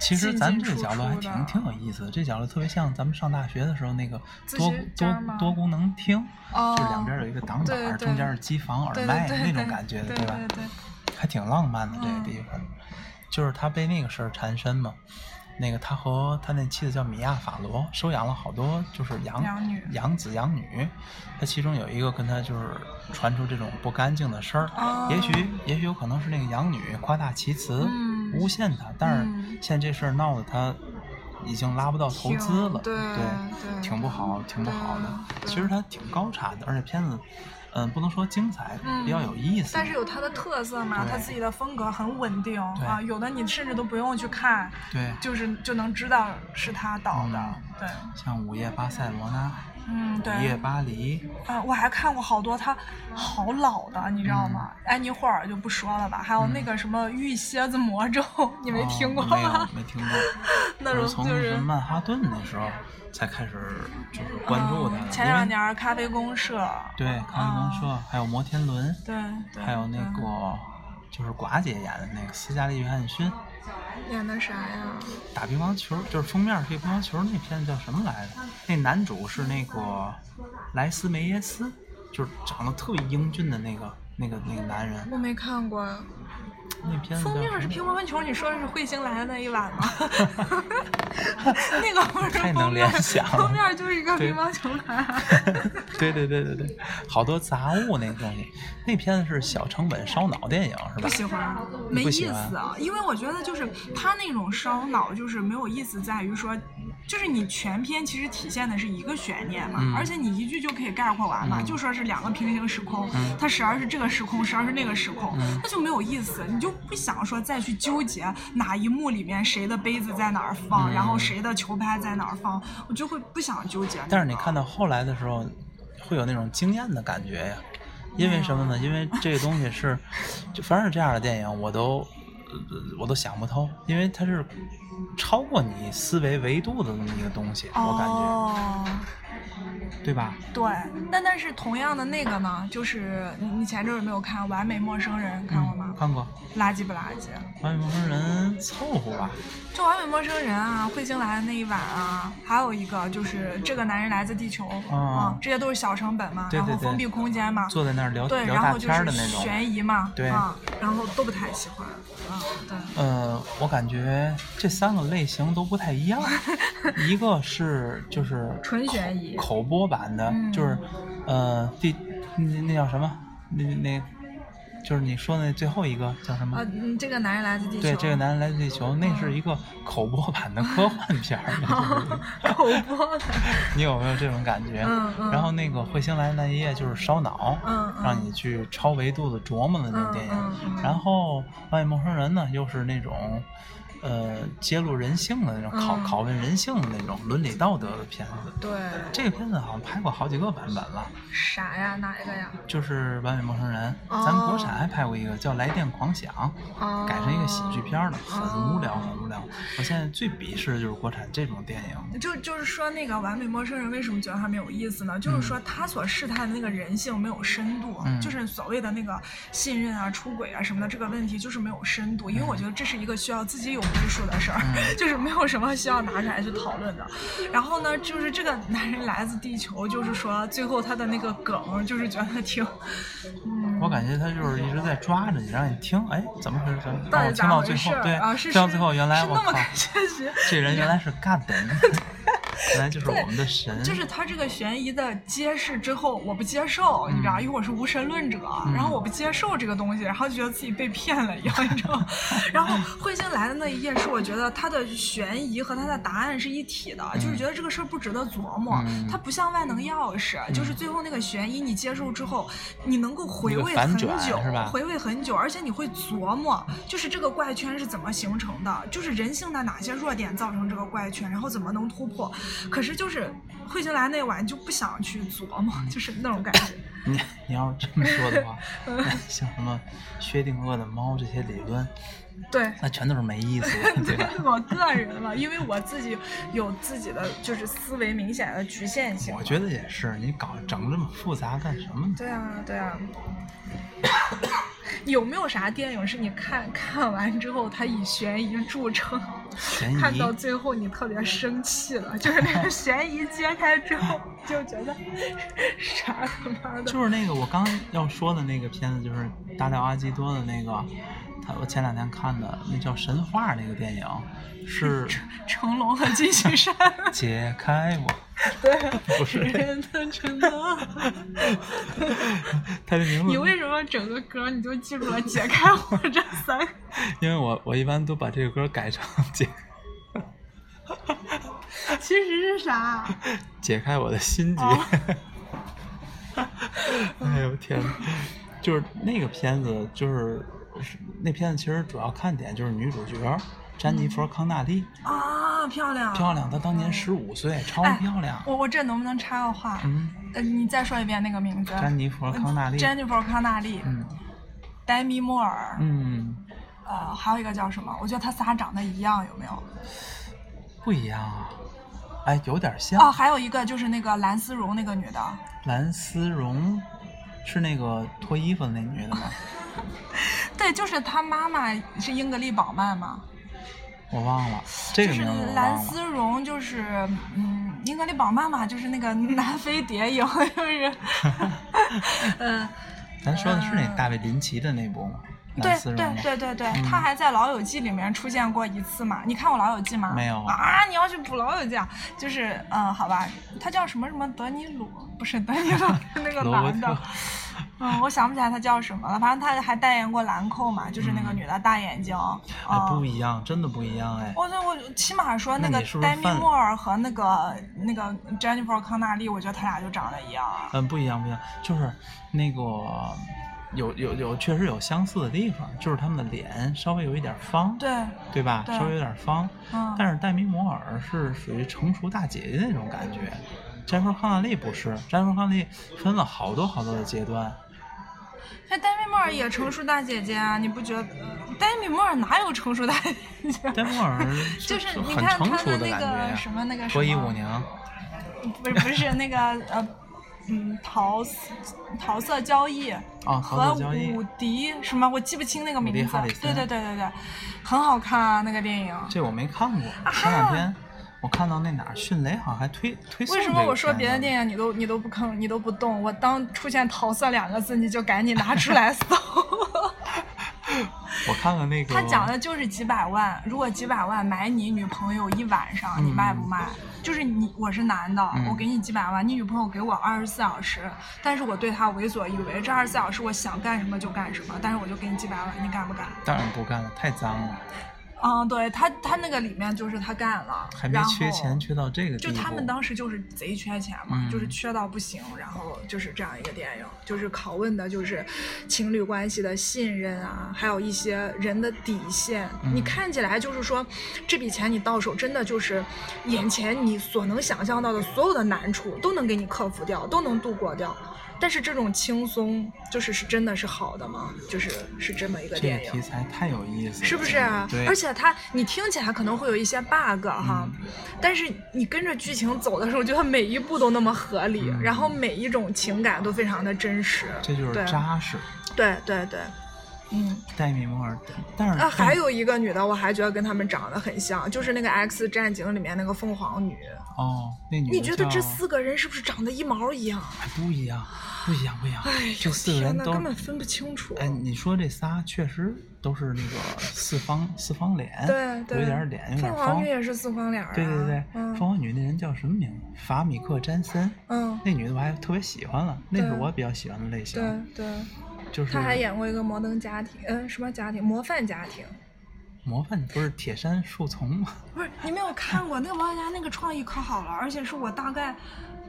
Speaker 2: 其实
Speaker 1: 进
Speaker 2: 咱
Speaker 1: 进
Speaker 2: 这个
Speaker 1: 出
Speaker 2: 角落还
Speaker 1: 出
Speaker 2: 挺
Speaker 1: 的
Speaker 2: 挺有意思的，这角落特别像咱们上大学的时候那个
Speaker 3: 自
Speaker 2: 多
Speaker 3: 学
Speaker 2: 多
Speaker 3: 家吗
Speaker 2: 多功能厅，
Speaker 1: 哦
Speaker 2: 就是两边有一个挡板
Speaker 3: 对
Speaker 2: 儿，
Speaker 3: 对
Speaker 2: 中间是机房、耳
Speaker 3: 对
Speaker 2: 麦
Speaker 3: 对对
Speaker 2: 那种
Speaker 3: 对
Speaker 2: 感觉的，
Speaker 3: 对
Speaker 2: 吧
Speaker 3: 对？嗯对
Speaker 2: 还挺浪漫的这个地方，就是他被那个事儿缠身嘛。那个他和他那妻子叫米娅·法罗，收养了好多就是养
Speaker 3: 养女
Speaker 2: 养子养女，他其中有一个跟他就是传出这种不干净的事儿，
Speaker 3: 哦
Speaker 2: 也许也许有可能是那个养女夸大其词、
Speaker 3: 嗯
Speaker 2: 诬陷他，但是
Speaker 3: 嗯
Speaker 2: 现在这事儿闹得他已经拉不到投资了，
Speaker 3: 挺对对
Speaker 2: 挺不好，挺不好的。其实他挺高产的，而且片子，嗯，不能说精彩，比较有意思，
Speaker 1: 嗯但是有他的特色嘛，
Speaker 2: 对
Speaker 1: 他自己的风格很稳定
Speaker 2: 对
Speaker 1: 啊，有的你甚至都不用去看，
Speaker 2: 对。
Speaker 1: 就是就能知道是他导的
Speaker 2: 嗯。
Speaker 1: 对，
Speaker 2: 像《午夜巴塞罗那
Speaker 1: 嗯，》
Speaker 2: 《午夜
Speaker 1: 对。
Speaker 2: 巴黎》，
Speaker 1: 啊，我还看过好多他好老的，你知道吗？
Speaker 2: 嗯
Speaker 1: 安妮霍尔就不说了吧，还有那个什么《玉蝎子魔咒》，你没听过
Speaker 2: 哦
Speaker 1: 吗？
Speaker 2: 没有，没听过。
Speaker 1: 那
Speaker 2: 我
Speaker 1: 种
Speaker 2: 从
Speaker 1: 就是
Speaker 2: 是曼哈顿那时候才开始就是关注他的。
Speaker 1: 嗯前
Speaker 2: 因为
Speaker 1: 两年哦儿咖啡公社，
Speaker 2: 对《咖啡公社》，还有《摩天轮》，
Speaker 1: 对对，
Speaker 2: 还有那
Speaker 1: 对
Speaker 2: 个就是寡姐演的那个斯嘉丽·约翰逊
Speaker 3: 演的啥呀？
Speaker 2: 打乒乓球，就是封面是一乒乓球那片子叫什么来着？那男主是那个莱斯梅耶斯，就是长得特别英俊的那个那个那个男人。
Speaker 3: 我没看过。
Speaker 2: 那片子
Speaker 1: 封
Speaker 2: 叫
Speaker 1: 面
Speaker 2: 什
Speaker 1: 是
Speaker 2: 么
Speaker 1: 乒乓球，你说的是彗星来的那一晚 吗？ 那个不是
Speaker 2: 太能
Speaker 1: 封面
Speaker 2: 联想了
Speaker 1: 封面就是一个
Speaker 2: 对
Speaker 1: 乒乓球啊台。
Speaker 2: 对对对对对，好多杂物那个东西。那片子是小成本烧脑电影是吧
Speaker 1: 不？喜欢，
Speaker 2: 你
Speaker 1: 没
Speaker 2: 不
Speaker 1: 意
Speaker 2: 喜
Speaker 1: 思
Speaker 2: 欢
Speaker 1: 啊。因为我觉得就是他那种烧脑，就是没有意思在于说，就是你全篇其实体现的是一个悬念嘛，
Speaker 2: 嗯
Speaker 1: 而且你一句就可以概括完了，就说是两个平行时空，
Speaker 2: 嗯
Speaker 1: 它时而是这个时空，时而是那个时空，那就没有意思，你就不想说再去纠结哪一幕里面谁的杯子在哪儿放，然后谁的球拍在哪儿放，我就会不想纠结那个。
Speaker 2: 嗯但是你看
Speaker 1: 啊
Speaker 2: 到后来的时候，会有那种惊艳的感觉呀。因为什么
Speaker 1: 啊
Speaker 2: 呢？因为这个东西 是，就凡是这样的电影，我都呃我都想不透，因为它是超过你思维维度的那么一个东西，我感觉，
Speaker 1: 哦
Speaker 2: 对吧？
Speaker 1: 对，但但是同样的那个呢，就是你你前阵儿有没有看《完美陌生人》，看过吗
Speaker 2: 嗯？看过
Speaker 1: 垃圾不垃圾？
Speaker 2: 《完美陌生人》，凑合吧。
Speaker 1: 就《完美陌生人》啊，《彗星来的那一晚》啊，还有一个就是《这个男人来自地球》啊，这些都是小成本嘛，
Speaker 2: 对对
Speaker 1: 然后
Speaker 2: 对
Speaker 1: 封闭空间嘛，
Speaker 2: 坐在那儿聊
Speaker 1: 啊对，
Speaker 2: 聊
Speaker 1: 然
Speaker 2: 大
Speaker 1: 后就
Speaker 2: 片儿
Speaker 1: 是
Speaker 2: 的那种。
Speaker 1: 悬疑嘛，
Speaker 2: 对
Speaker 1: 啊，然后都不太喜欢，啊，对，
Speaker 2: 呃，我感觉这三个类型都不太 一样，一个是就是
Speaker 3: 纯悬疑嗯
Speaker 2: 口播版的，就是呃第那那叫什么？那那就是你说那最后一个叫什么？
Speaker 1: 啊，
Speaker 3: 呃
Speaker 1: 嗯这个男人来自地球。
Speaker 2: 对，这个男人来自地球，那
Speaker 3: 嗯
Speaker 2: 是一个口播版的科幻 片儿。
Speaker 1: 口播的，
Speaker 2: 你有没有这种感觉？
Speaker 1: 嗯嗯
Speaker 2: 然后那个《彗星来的那一夜》就是烧脑，
Speaker 1: 嗯嗯
Speaker 2: 让你去超维度的琢磨的那种电影。
Speaker 1: 嗯嗯嗯
Speaker 2: 然后《外面陌生人》呢，又是那种，呃，揭露人性的那种拷、
Speaker 1: 嗯
Speaker 2: 拷问人性的那种伦理道德的片子。
Speaker 3: 对，
Speaker 2: 这个片子好像拍过好几个版本了，
Speaker 1: 啥呀？哪一个呀？
Speaker 2: 就是《完美陌生人》
Speaker 3: 哦
Speaker 2: 咱们国产还拍过一个叫《来电狂想》，
Speaker 3: 哦
Speaker 2: 改成一个喜剧片儿了，很无聊，
Speaker 3: 哦
Speaker 2: 很无聊。我现在最鄙视的就是国产这种电影，
Speaker 1: 就就是说，那个完美陌生人为什么觉得他没有意思呢？就是说他所试探的那个人性没有深度，
Speaker 2: 嗯
Speaker 1: 就是所谓的那个信任啊、出轨啊什么的这个问题，就是没有深度。因为我觉得这是一个需要自己有艺术的事儿，
Speaker 2: 嗯
Speaker 1: 就是没有什么需要拿出来去讨论的。然后呢，就是这个男人来自地球，就是说最后他的那个梗，就是觉得挺，嗯，
Speaker 2: 我感觉他就是一直在抓着你，让你听，哎，怎么回事？怎么？
Speaker 1: 到
Speaker 2: 让我
Speaker 1: 底
Speaker 2: 听
Speaker 1: 咋
Speaker 2: 到
Speaker 1: 回
Speaker 2: 最
Speaker 1: 事
Speaker 2: 后
Speaker 1: 儿，
Speaker 2: 对，
Speaker 1: 啊？是
Speaker 2: 听到最后，
Speaker 1: 是
Speaker 2: 原来
Speaker 1: 是
Speaker 2: 我
Speaker 1: 那么个，
Speaker 2: 靠
Speaker 1: 结局。
Speaker 2: 这人原来是干 的，原来就是我们的神，
Speaker 1: 就是他这个悬疑的揭示之后，我不接受，你知道，因为我是无神论者，然后我不接受这个东西，然后就觉得自己被骗了一样，你知道吗？ 然后彗星来的那一夜是我觉得它的悬疑和它的答案是一体的，就是觉得这个事儿不值得琢磨，
Speaker 2: 嗯
Speaker 1: 它不像万能钥匙，就是最后那个悬疑你接受之后，你能够回
Speaker 2: 一
Speaker 1: 味
Speaker 2: 个反
Speaker 1: 很
Speaker 2: 转
Speaker 1: 久，
Speaker 2: 是吧
Speaker 1: 回味很久，而且你会琢磨，就是这个怪圈是怎么形成的，就是人性的哪些弱点造成这个怪圈，然后怎么能突破。可是就是彗星来那晚就不想去琢磨，
Speaker 2: 嗯
Speaker 1: 就是那种感 觉。
Speaker 2: 你你要这么 说的话，
Speaker 1: 嗯
Speaker 2: 那像什么薛定谔的猫这些理论，
Speaker 1: 对，
Speaker 2: 那全都是没意 思的，对吧？
Speaker 1: 我个人了，因为我自己有自己的就是思维明显的局限性。
Speaker 2: 我觉得也是，你搞整这么复杂干什么呢？
Speaker 1: 对啊，对啊。 有没有啥电影是你看看完之后，它以悬疑著称，
Speaker 2: 悬疑
Speaker 1: 看到最后你特别生气 了，就是那个悬疑揭开之后就觉得啥他妈的，
Speaker 2: 就是那个我刚要说的那个片子，就是达里奥阿基多的那个，他我前两天看的那叫《神话》那个电影， 是
Speaker 1: 成龙和金星 山，
Speaker 2: 解开 我，对， 不是，嗯
Speaker 1: 真的真的。
Speaker 2: 他的名字
Speaker 1: 你为什么整个歌你就记住了“解开我”这三个？
Speaker 2: 因为我我一般都把这个歌改成解
Speaker 1: 其实是啥？
Speaker 2: 解开我的心结。
Speaker 1: 哦
Speaker 2: 哎呦天哪！就是那个片子，就是是那片子其实主要看点就是女主角詹妮弗·康纳利，
Speaker 1: 啊，漂亮，
Speaker 2: 漂。亮，她当年十五岁，超
Speaker 1: 嗯哎
Speaker 2: 漂亮。
Speaker 1: 我我这能不能插个话？
Speaker 2: 嗯，
Speaker 1: 呃，你再说一遍那个名字。嗯
Speaker 2: 詹妮弗·康纳利。
Speaker 1: Jennifer 康纳利，
Speaker 2: 嗯
Speaker 1: 黛米莫尔，
Speaker 2: 嗯，
Speaker 1: 呃，还有一个叫什么？我觉得他仨长得一样，有没有？
Speaker 2: 不一样啊，哎，有点像。
Speaker 1: 哦，还有一个就是那个蓝丝绒那个女的，
Speaker 2: 蓝丝绒是那个脱衣服的那女的吗？
Speaker 1: 对，就是她妈妈是英格丽宝曼嘛，
Speaker 2: 我忘了这个
Speaker 1: 就是
Speaker 2: 名字，我
Speaker 1: 蓝
Speaker 2: 忘了。
Speaker 1: 丝绒，就是嗯，英格丽宝曼嘛，就是那个南非谍影， 就是，嗯。
Speaker 2: 咱说的是那大卫林奇的那部吗？
Speaker 1: 对
Speaker 2: 蓝丝绒
Speaker 1: 对
Speaker 2: 吗
Speaker 1: 对对对，
Speaker 2: 嗯
Speaker 1: 他还在《老友记》里面出现过一次嘛？你看过《老友记》吗？
Speaker 2: 没有
Speaker 1: 啊！你要去补《老友记》啊？就是嗯，好吧，他叫什么什么德尼鲁，不是德尼鲁，是那个
Speaker 2: 罗伯
Speaker 1: 男的
Speaker 2: 特。
Speaker 1: 嗯，我想不起来他叫什么了，反正他还代言过兰蔻嘛，就是那个
Speaker 2: 嗯
Speaker 1: 女的大眼睛。
Speaker 2: 哎，
Speaker 1: 嗯
Speaker 2: 不一样，真的不一样哎。
Speaker 1: 我对我起码说
Speaker 2: 那
Speaker 1: 个
Speaker 2: 你是不是
Speaker 1: 黛米
Speaker 2: 犯
Speaker 1: 莫尔和那个那个 Jennifer 康纳利，我觉得他俩就长得一样啊。
Speaker 2: 嗯，不一样，不一样，就是那个有有有，确实有相似的地方，就是他们的脸稍微有一点方，
Speaker 1: 对，
Speaker 2: 对吧？
Speaker 1: 对
Speaker 2: 稍微有点方，
Speaker 1: 嗯，
Speaker 2: 但是黛米摩尔是属于成熟大姐姐那种感觉，詹妮弗康纳利不是，詹妮弗康纳利分了好多好多的阶段，
Speaker 1: 那黛米莫尔也成熟大姐姐啊，你不觉得？黛米莫尔哪有成熟大姐姐？
Speaker 2: 丹摩尔
Speaker 1: 就是你
Speaker 2: 很
Speaker 1: 看
Speaker 2: 成
Speaker 1: 她
Speaker 2: 熟
Speaker 1: 的
Speaker 2: 的
Speaker 1: 那
Speaker 2: 感觉
Speaker 1: 个
Speaker 2: 呀
Speaker 1: 什么那个什
Speaker 2: 脱衣
Speaker 1: 么
Speaker 2: 舞，娘，
Speaker 1: 不是不是那个呃嗯桃色桃色交易
Speaker 2: 啊
Speaker 1: 和
Speaker 2: 桃色交易
Speaker 1: 伍迪什么我记不清那个
Speaker 2: 伍迪
Speaker 1: 名字
Speaker 2: 哈里，森
Speaker 1: 对对对对对，很好看啊那个电影。
Speaker 2: 这我没看过，
Speaker 1: 啊
Speaker 2: 前两天我看到那哪儿迅雷好像还推推送
Speaker 1: 为什么
Speaker 2: 这个
Speaker 1: 我说
Speaker 2: 片
Speaker 1: 别的
Speaker 2: 子
Speaker 1: 电影你都你都不吭你都不动？ 我当出现“桃色”两个字，你就赶紧拿出来搜。
Speaker 2: 我看了那个，
Speaker 1: 他讲的就是几百万，如果几百万买你女朋友一晚上，你卖不卖？就是你我是男的，
Speaker 2: 嗯
Speaker 1: 我给你几百万，你女朋友给我二十四小时，但是我对她为所欲为，这二十四小时我想干什么就干什么，但是我就给你几百万，你敢不敢？
Speaker 2: 当然不干了，太脏了，
Speaker 1: 嗯，对他他那个里面就是他干了，
Speaker 2: 还没
Speaker 1: 然后
Speaker 2: 缺钱缺到这个地
Speaker 1: 就
Speaker 2: 步。
Speaker 1: 他们当时就是贼缺钱嘛，
Speaker 2: 嗯
Speaker 1: 就是缺到不行，然后就是这样一个电影，就是拷问的就是情侣关系的信任啊，还有一些人的底线。
Speaker 2: 嗯
Speaker 1: 你看起来就是说，这笔钱你到手真的就是眼前你所能想象到的所有的难处都能给你克服掉，都能度过掉。但是这种轻松，就是是真的是好的吗？就是是这么一个
Speaker 2: 这个
Speaker 1: 电影
Speaker 2: 题。材太有意思了，
Speaker 1: 是不是啊？
Speaker 2: 对，
Speaker 1: 而且它你听起来可能会有一些 bug 哈，
Speaker 2: 嗯
Speaker 1: 但是你跟着剧情走的时候，觉得每一步都那么合理，
Speaker 2: 嗯
Speaker 1: 然后每一种情感都非常的真实。
Speaker 2: 这就是
Speaker 1: 对
Speaker 2: 扎实。
Speaker 1: 对对对，嗯，
Speaker 2: 戴米摩尔，但是
Speaker 1: 啊，还有一个女的，我还觉得跟她们长得很像，就是那个《X 战警》里面那个凤凰女。
Speaker 2: 哦，那女的
Speaker 1: 你觉得
Speaker 2: 叫
Speaker 1: 这四个人是不是长得一毛一样？
Speaker 2: 哎不一样，不一样，不一样
Speaker 1: 哎呦，
Speaker 2: 这四个
Speaker 1: 天
Speaker 2: 人
Speaker 1: 呐，
Speaker 2: 都
Speaker 1: 根本分不清楚。
Speaker 2: 哎，你说这仨确实都是那个四方四方脸，
Speaker 1: 对对，
Speaker 2: 有点脸，有
Speaker 1: 凤
Speaker 2: 点
Speaker 1: 凰女也是四方脸儿啊。
Speaker 2: 对对对，
Speaker 1: 嗯
Speaker 2: 凤凰女那人叫什么名字？法米克·詹森，
Speaker 1: 嗯，
Speaker 2: 那女的我还特别喜欢了，那
Speaker 1: 对
Speaker 2: 是我比较喜欢的类型
Speaker 1: 对，对。
Speaker 2: 就是
Speaker 1: 他还演过一个《摩登家庭》，呃，什么家庭？模范家庭。
Speaker 2: 模范，不是铁杉树丛吗？
Speaker 1: 不是你没有看过那个《模范家》那个创意可好了，而且是我大概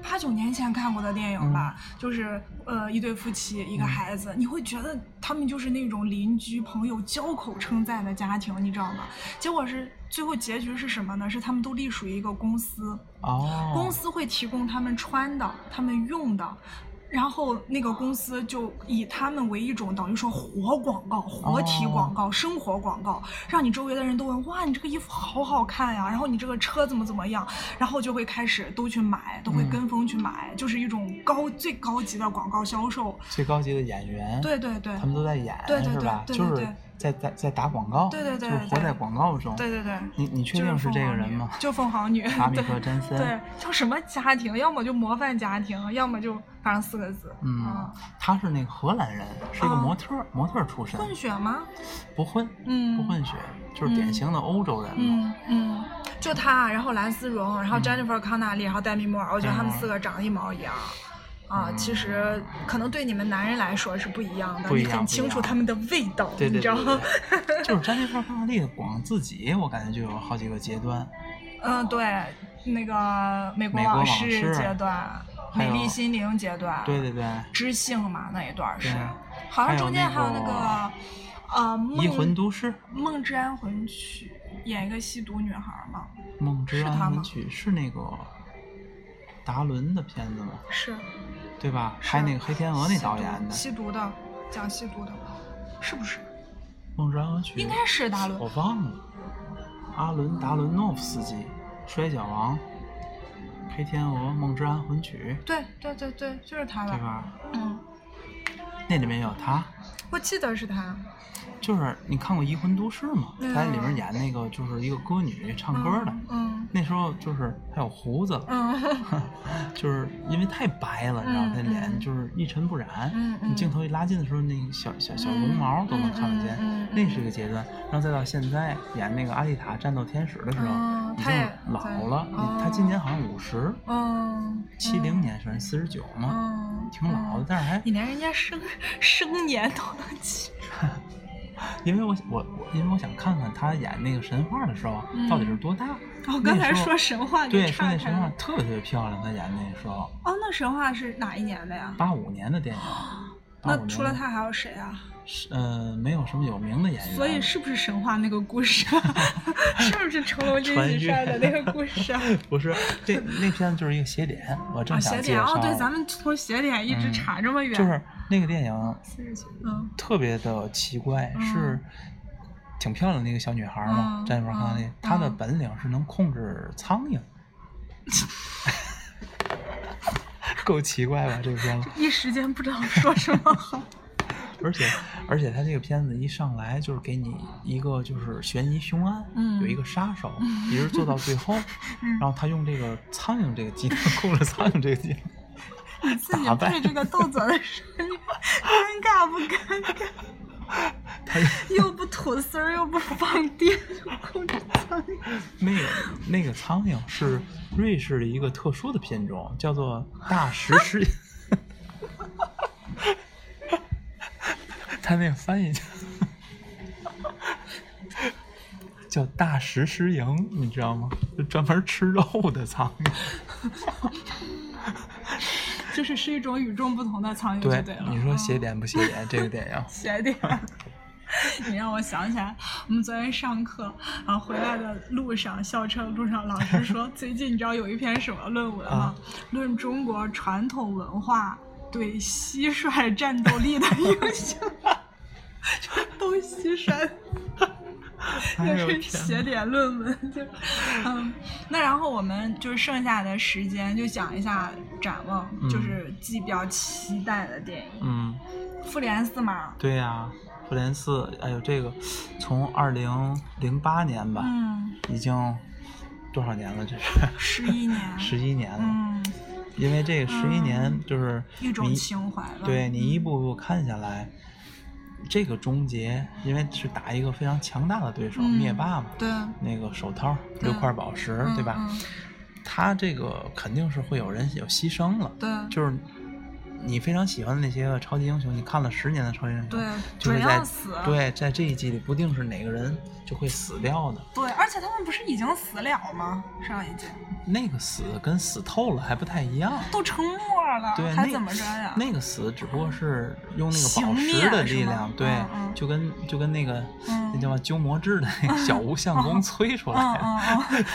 Speaker 1: 八九年前看过的电影吧，就是呃一对夫妻一个孩子，你会觉得他们就是那种邻居朋友交口称赞的家庭，你知道吗？结果是最后结局是什么呢？是他们都隶属于一个公司，
Speaker 2: 哦，
Speaker 1: 公司会提供他们穿的、他们用的，然后那个公司就以他们为一种等于说活广告、活体广
Speaker 2: 哦
Speaker 1: 告、生活广告，让你周围的人都问哇，你这个衣服好好看呀，然后你这个车怎么怎么样，然后就会开始都去买，都会
Speaker 2: 嗯
Speaker 1: 跟风去买，就是一种高最高级的广告销售。
Speaker 2: 最高级的演员，
Speaker 1: 对对对
Speaker 2: 哦他们都在演，
Speaker 1: 对对
Speaker 2: 是吧？
Speaker 1: 对对
Speaker 2: 就
Speaker 1: 对
Speaker 2: 是在在在打广告，
Speaker 1: 对对对
Speaker 2: 就是活
Speaker 1: 对
Speaker 2: 在广告中。
Speaker 1: 对对对。
Speaker 2: 你你确
Speaker 1: 就是
Speaker 2: 定是
Speaker 1: 凤
Speaker 2: 这个
Speaker 1: 凰
Speaker 2: 人
Speaker 1: 女
Speaker 2: 吗？
Speaker 1: 就凤凰女，
Speaker 2: 法米
Speaker 1: 对
Speaker 2: 克·詹森，嗯
Speaker 1: 对，叫什么家庭？要么就模范家庭，要么就反正四个字。
Speaker 2: 嗯，他是那个荷兰人，是一个
Speaker 1: 啊
Speaker 2: 模特儿，模特儿出身，
Speaker 1: 混血吗？
Speaker 2: 不混，
Speaker 1: 嗯，
Speaker 2: 不混血，就是典型的欧洲人嘛。
Speaker 1: 嗯嗯，就他，然后蓝丝绒，
Speaker 2: 嗯
Speaker 1: 然后 Jennifer 康纳利，然后戴米莫尔，我觉得他
Speaker 2: 啊
Speaker 1: 们四个长得一毛一样。啊，其实可能对你们男人来说是不一样的，
Speaker 2: 嗯不一
Speaker 1: 你
Speaker 2: 样
Speaker 1: 很
Speaker 2: 不
Speaker 1: 清
Speaker 2: 一
Speaker 1: 楚
Speaker 2: 样
Speaker 1: 他们的味道，
Speaker 2: 对
Speaker 1: 你
Speaker 2: 对对
Speaker 1: 知道吗？
Speaker 2: 对对 就是詹妮弗·康纳利光自己，我感觉就有好几个阶段，
Speaker 1: 嗯，对，那个美国
Speaker 2: 美国
Speaker 1: 往
Speaker 2: 往
Speaker 1: 事
Speaker 2: 事
Speaker 1: 阶段，
Speaker 2: 还
Speaker 1: 美丽
Speaker 2: 有
Speaker 1: 心灵阶段，
Speaker 2: 对对啊对，
Speaker 1: 知性嘛那一段儿是
Speaker 2: 对，啊
Speaker 1: 好像
Speaker 2: 还有
Speaker 1: 中间
Speaker 2: 那
Speaker 1: 还有那
Speaker 2: 个
Speaker 1: 个呃
Speaker 2: 《移魂
Speaker 1: 梦
Speaker 2: 都市》《
Speaker 1: 梦之安魂曲，演一个吸毒女孩儿嘛，
Speaker 2: 梦之
Speaker 1: 是他
Speaker 2: 安
Speaker 1: 吗
Speaker 2: 魂曲》是那个达伦的片子吗？
Speaker 1: 是
Speaker 2: 对吧？
Speaker 1: 啊
Speaker 2: 还有那个黑天鹅那
Speaker 1: 吸
Speaker 2: 导
Speaker 1: 毒
Speaker 2: 演的《
Speaker 1: 吸毒的，讲吸毒的，是不是？
Speaker 2: 梦之安魂曲》，
Speaker 1: 应该是达伦
Speaker 2: 我忘了。阿伦·达伦诺夫斯基，《摔跤王》，《黑天鹅》，《梦之安魂曲
Speaker 1: 对对对对，就是他》，
Speaker 2: 对
Speaker 1: 了。
Speaker 2: 吧？
Speaker 1: 嗯，
Speaker 2: 那里面有他，
Speaker 1: 我记得是他。
Speaker 2: 就是你看过《移魂都市》吗？
Speaker 1: 嗯
Speaker 2: 他在里面演那个就是一个歌女唱歌的，
Speaker 1: 嗯
Speaker 2: 那时候就是还有胡子，
Speaker 1: 嗯嗯
Speaker 2: 就是因为太白了，你知道
Speaker 1: 嗯
Speaker 2: 他
Speaker 1: 嗯
Speaker 2: 脸就是一尘不染，
Speaker 1: 嗯嗯
Speaker 2: 你镜头一拉近的时候，那个小小小绒毛都能看得见，
Speaker 1: 嗯嗯嗯嗯
Speaker 2: 那是一个阶段。然后再到现在演那个阿丽塔战斗天使的时候，
Speaker 1: 哦
Speaker 2: 已
Speaker 1: 他
Speaker 2: 经
Speaker 1: 也
Speaker 2: 老
Speaker 1: 对
Speaker 2: 了，你
Speaker 1: 哦
Speaker 2: 他今年好像五十、
Speaker 1: 嗯，
Speaker 2: 七零年生人，四十九嘛，
Speaker 1: 嗯，
Speaker 2: 挺老的，但是还
Speaker 1: 你连人家生生年都能记。
Speaker 2: 因为我我我因为我想看看他演那个神话的时候
Speaker 1: 嗯
Speaker 2: 到底是多大。
Speaker 1: 哦，
Speaker 2: 那
Speaker 1: 刚才
Speaker 2: 时候
Speaker 1: 说神话给
Speaker 2: 对，说
Speaker 1: 岔
Speaker 2: 那
Speaker 1: 开
Speaker 2: 神话
Speaker 1: 了。
Speaker 2: 特别特别漂亮，她演那时候
Speaker 1: 哦，那神话是哪一年的呀？
Speaker 2: 八五年的电影。
Speaker 1: 啊那
Speaker 2: 85
Speaker 1: 除了
Speaker 2: 年的，哎
Speaker 1: 他还有谁啊？
Speaker 2: 呃，没有什么有名的演员。
Speaker 1: 所以是不是神话那个故事啊？ 是 不是成龙金
Speaker 2: 穿
Speaker 1: 喜
Speaker 2: 越
Speaker 1: 善的那个故事啊？
Speaker 2: 不是这那片子就是一个邪典，我
Speaker 1: 啊，
Speaker 2: 正想
Speaker 1: 邪
Speaker 2: 介
Speaker 1: 典
Speaker 2: 绍。
Speaker 1: 哦，对，咱们从邪典一直
Speaker 2: 嗯
Speaker 1: 查这么远，
Speaker 2: 就是那个电影
Speaker 1: 四十九，嗯
Speaker 2: 特别的奇怪，
Speaker 1: 嗯
Speaker 2: 是挺漂亮的一个小女孩嘛
Speaker 1: 嗯，
Speaker 2: 詹妮弗·康纳利
Speaker 1: 嗯，
Speaker 2: 她的
Speaker 1: 嗯
Speaker 2: 本领是能控制苍 蝇。够奇怪吧这个片子，
Speaker 1: 一时间不知道说什么好。
Speaker 2: 而且而且他这个片子一上来就是给你一个就是悬疑凶案，
Speaker 1: 嗯
Speaker 2: 有一个杀手一直做到最后，
Speaker 1: 嗯
Speaker 2: 然后他用这个苍蝇这个技能控制苍蝇这个技能，
Speaker 1: 你自己
Speaker 2: 打
Speaker 1: 配
Speaker 2: 败
Speaker 1: 这个动作的时候，你尴尬不尴尬？又不吐丝儿，又不放电，就控制苍蝇。
Speaker 2: 那个那个苍蝇是瑞士的一个特殊的品种，叫做大石狮。他那个翻译叫叫大石狮蝇，你知道吗？就专门吃肉的苍蝇。
Speaker 1: 就是是一种与众不同的 苍蝇，就
Speaker 2: 对
Speaker 1: 对，了。啊
Speaker 2: 你说写点不写点？这个 电影
Speaker 1: 写点儿。你让我想起来，我们昨天上课，然后回来的路上，校车路上，老师说，最近你知道有一篇什么论文吗
Speaker 2: 啊？
Speaker 1: 论中国传统文化对蟋蟀战斗力的影响，就是斗蟋蟀。
Speaker 2: 哎呦
Speaker 1: 就是
Speaker 2: 天
Speaker 1: 写点论文，就嗯，那然后我们就是剩下的时间就讲一下展望，
Speaker 2: 嗯
Speaker 1: 就是自己比较期待的电影，
Speaker 2: 嗯，
Speaker 1: 复联四》嘛，
Speaker 2: 对呀、复联四，哎呦，这个从二零零八年吧，
Speaker 1: 嗯，
Speaker 2: 已经多少年了？这是
Speaker 1: 十一年，
Speaker 2: 十一年了。
Speaker 1: 嗯，
Speaker 2: 因为这个十一年
Speaker 1: 嗯
Speaker 2: 就是
Speaker 1: 一种
Speaker 2: 你
Speaker 1: 情怀嗯吧，
Speaker 2: 对你一步步看下来，这个终结，因为是打一个非常强大的对手，
Speaker 1: 嗯
Speaker 2: 灭霸嘛，
Speaker 1: 对，
Speaker 2: 那个手套
Speaker 1: 对
Speaker 2: 六块宝石，嗯对吧？
Speaker 1: 嗯
Speaker 2: 他这个肯定是会有人有牺牲了，
Speaker 1: 嗯对。
Speaker 2: 就是你非常喜欢的那些个超级英雄，你看了十年的超级英雄，
Speaker 1: 对
Speaker 2: 就
Speaker 1: 准
Speaker 2: 是在
Speaker 1: 要死啊
Speaker 2: 对在这一季里，不定是哪个人就会死掉的。
Speaker 1: 对，而且他们不是已经死了吗？上一季
Speaker 2: 那个死跟死透了还不太一样，
Speaker 1: 都成沫了，
Speaker 2: 对，
Speaker 1: 还
Speaker 2: 那
Speaker 1: 怎么着呀？
Speaker 2: 那个死只不过是用那个
Speaker 1: 形
Speaker 2: 宝石
Speaker 1: 面
Speaker 2: 的
Speaker 1: 是
Speaker 2: 力
Speaker 1: 吗
Speaker 2: 量，对，
Speaker 1: 嗯嗯
Speaker 2: 就跟就跟那个、
Speaker 1: 嗯
Speaker 2: 那叫嘛鸠摩智的那个小无相功催出来
Speaker 1: 嗯
Speaker 2: 的，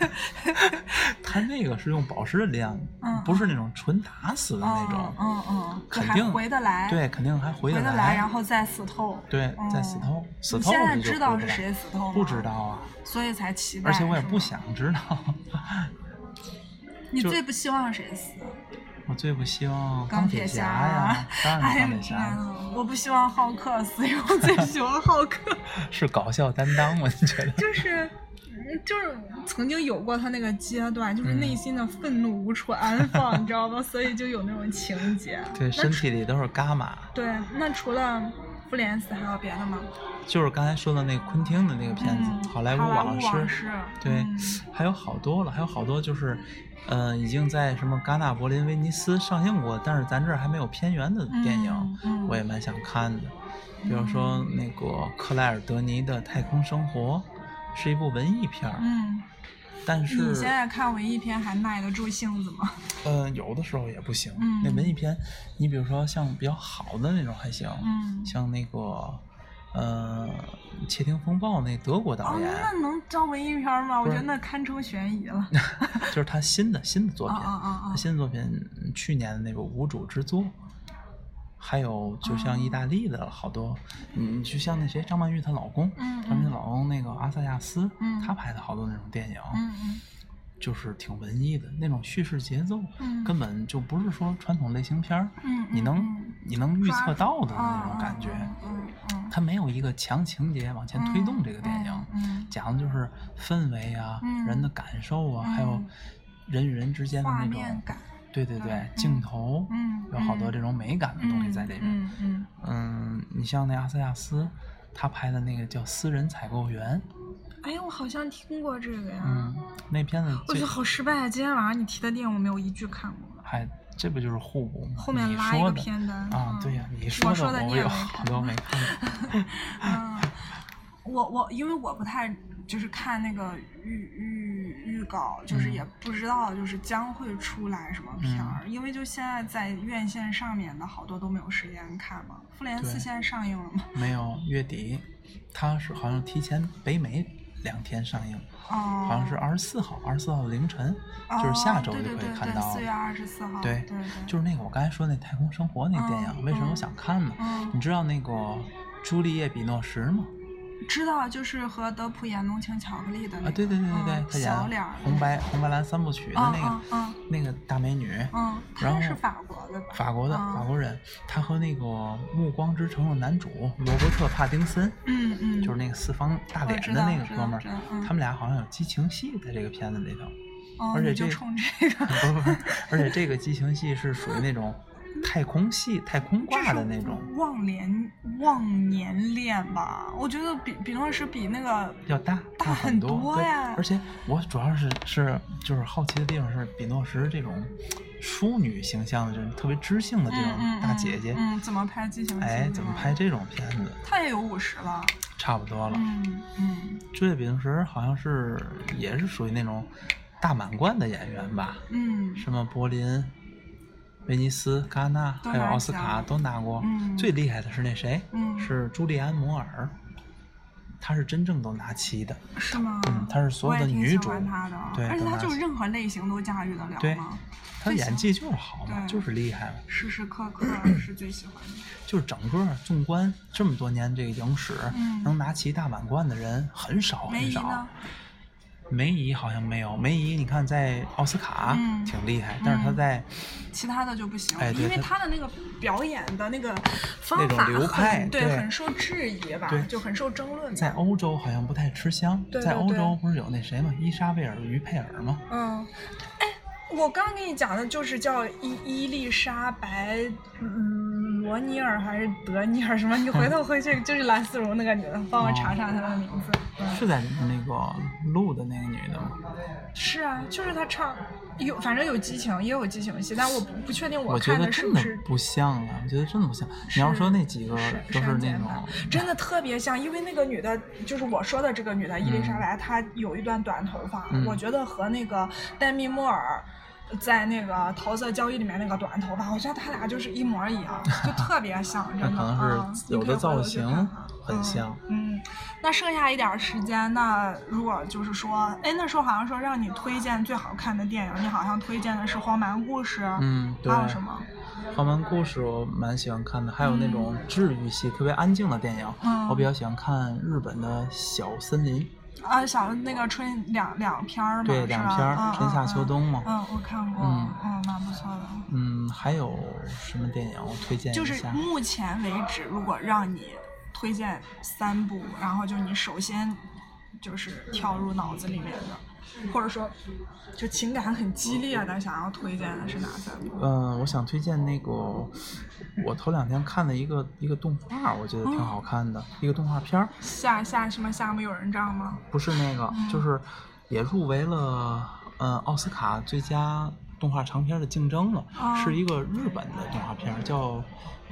Speaker 1: 嗯
Speaker 2: 他那个是用宝石的力量，
Speaker 1: 嗯
Speaker 2: 不是那种纯打死的
Speaker 1: 嗯，
Speaker 2: 那种，
Speaker 1: 嗯嗯，就
Speaker 2: 肯
Speaker 1: 还
Speaker 2: 定
Speaker 1: 回得来，
Speaker 2: 对，肯定还回
Speaker 1: 回
Speaker 2: 得
Speaker 1: 得来，然后再死透。
Speaker 2: 对，再死
Speaker 1: 嗯
Speaker 2: 透，死
Speaker 1: 你
Speaker 2: 透
Speaker 1: 现在
Speaker 2: 了就
Speaker 1: 知道
Speaker 2: 回
Speaker 1: 是
Speaker 2: 不来
Speaker 1: 谁死透吗？
Speaker 2: 不知道，啊，
Speaker 1: 所以才期待。
Speaker 2: 而且我也
Speaker 1: 是吗
Speaker 2: 不。想知道。
Speaker 1: 你
Speaker 2: 就
Speaker 1: 最不希望谁死？
Speaker 2: 我最不希望
Speaker 1: 钢
Speaker 2: 铁
Speaker 1: 铁
Speaker 2: 侠
Speaker 1: 侠
Speaker 2: 呀，当然是
Speaker 1: 哎
Speaker 2: 钢
Speaker 1: 呀
Speaker 2: 铁侠了，
Speaker 1: 我不希望浩克死，因为我最喜欢浩克。
Speaker 2: 是搞笑担当吗？你觉得？
Speaker 1: 就是嗯就是曾经有过他那个阶段，就是
Speaker 2: 嗯
Speaker 1: 内心的愤怒无处安放，你 知道吗？所以就有那种情节。
Speaker 2: 对，身体里都是伽马。
Speaker 1: 对，那除了复联四，还有别的吗？
Speaker 2: 就是刚才说的那个昆汀的那个片子
Speaker 1: 嗯
Speaker 2: 《好莱坞
Speaker 1: 好莱
Speaker 2: 往
Speaker 1: 坞
Speaker 2: 事》
Speaker 1: 往事
Speaker 2: 对，
Speaker 1: 嗯
Speaker 2: 还有好多了，还有好多就是，呃，已经在什么戛纳、柏林、威尼斯上映过，但是咱这儿还没有片源的电影，
Speaker 1: 嗯嗯
Speaker 2: 我也蛮想看的。比如说那个克莱尔·德尼的《太空生活》，是一部文艺片儿，
Speaker 1: 嗯，
Speaker 2: 但
Speaker 1: 你
Speaker 2: 是
Speaker 1: 现在看文艺片还耐得住性子吗？
Speaker 2: 呃，有的时候也不行。
Speaker 1: 嗯
Speaker 2: 那文艺片，你比如说像比较好的那种还行，
Speaker 1: 嗯
Speaker 2: 像那个呃《窃听风暴》那德国导
Speaker 1: 哦，
Speaker 2: 演。
Speaker 1: 那能叫文艺片吗？我
Speaker 2: 不
Speaker 1: 觉
Speaker 2: 是
Speaker 1: 得那堪称悬疑了。
Speaker 2: 就是他新的新的作
Speaker 1: 啊
Speaker 2: 品，
Speaker 1: 啊啊啊
Speaker 2: 他！新的作品嗯去年的那个《无主之作》，还有就像
Speaker 1: 哦
Speaker 2: 意大利的好多，嗯，就像那谁张曼玉她老公，
Speaker 1: 嗯
Speaker 2: 张曼玉她老公那个阿萨亚斯，
Speaker 1: 嗯
Speaker 2: 他拍的好多那种电影，
Speaker 1: 嗯嗯
Speaker 2: 就是挺文艺的那种叙事节奏，
Speaker 1: 嗯
Speaker 2: 根本就不是说传统类型片儿，
Speaker 1: 嗯嗯
Speaker 2: 你能、
Speaker 1: 嗯
Speaker 2: 你能预
Speaker 1: 抓
Speaker 2: 测
Speaker 1: 住
Speaker 2: 到的
Speaker 1: 嗯
Speaker 2: 那种感觉。
Speaker 1: 嗯嗯
Speaker 2: 它没有一个强情节往前推动这个电影，
Speaker 1: 嗯嗯嗯
Speaker 2: 讲的就是氛围啊、
Speaker 1: 嗯
Speaker 2: 人的感受啊，
Speaker 1: 嗯
Speaker 2: 还有人与人之间
Speaker 1: 嗯，
Speaker 2: 的
Speaker 1: 画
Speaker 2: 那
Speaker 1: 面
Speaker 2: 种，
Speaker 1: 感，
Speaker 2: 对对对，
Speaker 1: 嗯
Speaker 2: 镜头，
Speaker 1: 嗯
Speaker 2: 有好多这种美感的东西在里面。
Speaker 1: 嗯嗯
Speaker 2: 嗯你像那阿萨亚斯，他拍的那个叫《私人采购员》，
Speaker 1: 嗯。哎，我好像听过这个呀。
Speaker 2: 嗯，那片子
Speaker 1: 啊我觉
Speaker 2: 最
Speaker 1: 得好失败啊！今天晚上你提的电影我没有一句看过。
Speaker 2: 还这不就是互补吗？
Speaker 1: 后面
Speaker 2: 你
Speaker 1: 拉一
Speaker 2: 说
Speaker 1: 个
Speaker 2: 的
Speaker 1: 片单
Speaker 2: 啊，
Speaker 1: 嗯
Speaker 2: 对呀、你
Speaker 1: 我
Speaker 2: 说
Speaker 1: 说的
Speaker 2: 我
Speaker 1: 你也
Speaker 2: 有
Speaker 1: 没
Speaker 2: 好
Speaker 1: 看
Speaker 2: 多没看过。
Speaker 1: 嗯，我我因为我不太就是看那个预预预告，就是
Speaker 2: 嗯
Speaker 1: 也不知道就是将会出来什么片儿，因为就现在在院线上面的好多都没有时间看嘛。复联四
Speaker 2: 对
Speaker 1: 现在上映了吗？
Speaker 2: 没有，月底，它是好像提前北美两天上映，
Speaker 1: 哦，
Speaker 2: 好像是二十四号，二十四号凌晨，就是下周就可以看到
Speaker 1: 四月
Speaker 2: 了。
Speaker 1: 二十四号。
Speaker 2: 对
Speaker 1: 对对，
Speaker 2: 就是那个我刚才说那《太空生活》那电影，
Speaker 1: 嗯
Speaker 2: 为什么我
Speaker 1: 嗯
Speaker 2: 想看呢？你
Speaker 1: 嗯，
Speaker 2: 知道那个朱丽叶·比诺什吗？
Speaker 1: 知道就是和德普演《浓情巧克力》的那个，
Speaker 2: 啊，对对对对对
Speaker 1: 嗯，
Speaker 2: 她
Speaker 1: 小
Speaker 2: 演
Speaker 1: 脸
Speaker 2: 《
Speaker 1: 儿
Speaker 2: 红白红白蓝三部曲》的那
Speaker 1: 嗯
Speaker 2: 个
Speaker 1: 嗯
Speaker 2: 那个大美女，
Speaker 1: 嗯，
Speaker 2: 然
Speaker 1: 他
Speaker 2: 后
Speaker 1: 是法国的吧？
Speaker 2: 法国的
Speaker 1: 嗯
Speaker 2: 法国人，她和那个《暮光之城》的男主罗伯特·帕丁森，
Speaker 1: 嗯嗯，
Speaker 2: 就是那个四方大脸的那个哥们
Speaker 1: 我
Speaker 2: 儿
Speaker 1: 知道知道知道，嗯
Speaker 2: 他们俩好像有激情戏在这个片子里头。
Speaker 1: 哦
Speaker 2: 而且
Speaker 1: 你就
Speaker 2: 这
Speaker 1: 冲这个，
Speaker 2: 不不不，而且这个激情戏是属于那种太空系、太空
Speaker 1: 这
Speaker 2: 挂
Speaker 1: 是
Speaker 2: 的那种，
Speaker 1: 忘年忘年恋吧？我觉得比比诺是比那个
Speaker 2: 要大
Speaker 1: 大
Speaker 2: 很
Speaker 1: 很多
Speaker 2: 对
Speaker 1: 呀
Speaker 2: 而且我主要是是就是好奇的地方是，比诺什这种淑女形象的，就是特别知性的这
Speaker 1: 嗯
Speaker 2: 种
Speaker 1: 嗯
Speaker 2: 大姐姐，
Speaker 1: 嗯，嗯嗯怎么拍《激情四射
Speaker 2: 哎，怎么拍？这种片子？
Speaker 1: 他也有五十了，
Speaker 2: 差不多了。
Speaker 1: 嗯嗯
Speaker 2: 追的比诺什好像是也是属于那种大满贯的演员吧，
Speaker 1: 嗯
Speaker 2: 什么柏林、威尼斯、戛纳，
Speaker 1: 都
Speaker 2: 还有
Speaker 1: 拿
Speaker 2: 奥斯卡
Speaker 1: 奖
Speaker 2: 都拿过。
Speaker 1: 嗯
Speaker 2: 最厉害的是那谁？
Speaker 1: 嗯
Speaker 2: 是朱利安·摩尔，她是真正都拿七的。
Speaker 1: 是吗？
Speaker 2: 嗯，她是所
Speaker 1: 我
Speaker 2: 有
Speaker 1: 也
Speaker 2: 的
Speaker 1: 挺
Speaker 2: 女
Speaker 1: 喜
Speaker 2: 主，
Speaker 1: 欢他的，
Speaker 2: 对，
Speaker 1: 而且
Speaker 2: 都
Speaker 1: 他
Speaker 2: 拿
Speaker 1: 就
Speaker 2: 七
Speaker 1: 任何类型都驾驭得了
Speaker 2: 对
Speaker 1: 嘛，
Speaker 2: 她演技就是好嘛，
Speaker 1: 对
Speaker 2: 就是厉害嘛，
Speaker 1: 时时刻 刻是最喜欢的。
Speaker 2: 就是整个纵观这么多年这个影史，
Speaker 1: 嗯
Speaker 2: 能拿七大满贯的人很少
Speaker 1: 梅
Speaker 2: 哦很
Speaker 1: 姨
Speaker 2: 少。
Speaker 1: 呢？
Speaker 2: 梅姨好像没有，梅姨你看在奥斯卡
Speaker 1: 嗯
Speaker 2: 挺厉害，但是她
Speaker 1: 嗯
Speaker 2: 在
Speaker 1: 其他的就不行，
Speaker 2: 哎对
Speaker 1: 因为
Speaker 2: 他
Speaker 1: 他的那个表演的那个方
Speaker 2: 那种
Speaker 1: 法
Speaker 2: 流派
Speaker 1: 很对，
Speaker 2: 对
Speaker 1: 很受质疑吧
Speaker 2: 对，
Speaker 1: 就很受争论吧。
Speaker 2: 在欧洲好像不太吃香，
Speaker 1: 对
Speaker 2: 在
Speaker 1: 对
Speaker 2: 欧
Speaker 1: 对
Speaker 2: 洲不是有那谁吗？伊莎贝尔于佩尔吗？
Speaker 4: 嗯，
Speaker 1: 哎，我刚跟你讲的就是叫伊伊丽莎白，嗯，罗尼尔还是德尼尔什么？你回头回去就是蓝丝绒那个女的，帮我查查她的名字。嗯
Speaker 2: 是在那个录的那个女的吗？
Speaker 1: 是啊，就是她唱有，反正有激情，也有激情戏，但我不不确定
Speaker 2: 我觉
Speaker 1: 看
Speaker 2: 得
Speaker 1: 的是
Speaker 2: 真
Speaker 1: 不
Speaker 2: 的
Speaker 1: 是
Speaker 2: 不像啊，我觉得真的不像。你要
Speaker 1: 是
Speaker 2: 说那几个
Speaker 1: 是
Speaker 2: 都
Speaker 1: 删
Speaker 2: 啊是那
Speaker 1: 减
Speaker 2: 种
Speaker 1: 版，真的特别像，因为那个女的，就是我说的这个女的伊丽莎白，她有一段短头发，
Speaker 2: 嗯
Speaker 1: 我觉得和那个黛米·莫尔。在那个《桃色交易》里面那个短头发，我觉得他俩就是一模一样，就特别像，
Speaker 2: 那
Speaker 1: 真的
Speaker 2: 可
Speaker 1: 啊
Speaker 2: 能！是有的造型很像。
Speaker 1: 嗯。嗯，那剩下一点儿时间，那如果就是说，哎，那时候好像说让你推荐最好看的电影，你好像推荐的是《荒蛮故事》，
Speaker 2: 嗯，对。
Speaker 1: 还有什么？
Speaker 2: 黄蛮故事我蛮喜欢看的，还有那种治愈系、特别安静的电影，
Speaker 1: 嗯
Speaker 2: 我比较喜欢看日本的小森林，
Speaker 1: 啊，小那个春两两篇儿嘛，
Speaker 2: 对，
Speaker 1: 是
Speaker 2: 两
Speaker 1: 吧
Speaker 2: 篇儿
Speaker 1: 嗯、
Speaker 2: 春夏秋冬嘛。
Speaker 1: 嗯。嗯，我看过，
Speaker 2: 嗯
Speaker 1: 嗯，蛮不错的。
Speaker 2: 嗯，还有什么电影我推荐一下？
Speaker 1: 就是目前为止，如果让你推荐三部，然后就你首先就是跳入脑子里面的，或者说就情感很激烈的，想要推荐的是哪三部？
Speaker 2: 嗯，我想推荐那个，我头两天看的一个一个动画，我觉得挺好看
Speaker 1: 嗯
Speaker 2: 的，一个动画片儿，
Speaker 1: 夏夏什么夏目友人帐吗？
Speaker 2: 不是那个，就是也入围了，嗯，奥斯卡最佳动画长片的竞争了，
Speaker 1: 哦
Speaker 2: 是一个日本的动画片儿，叫《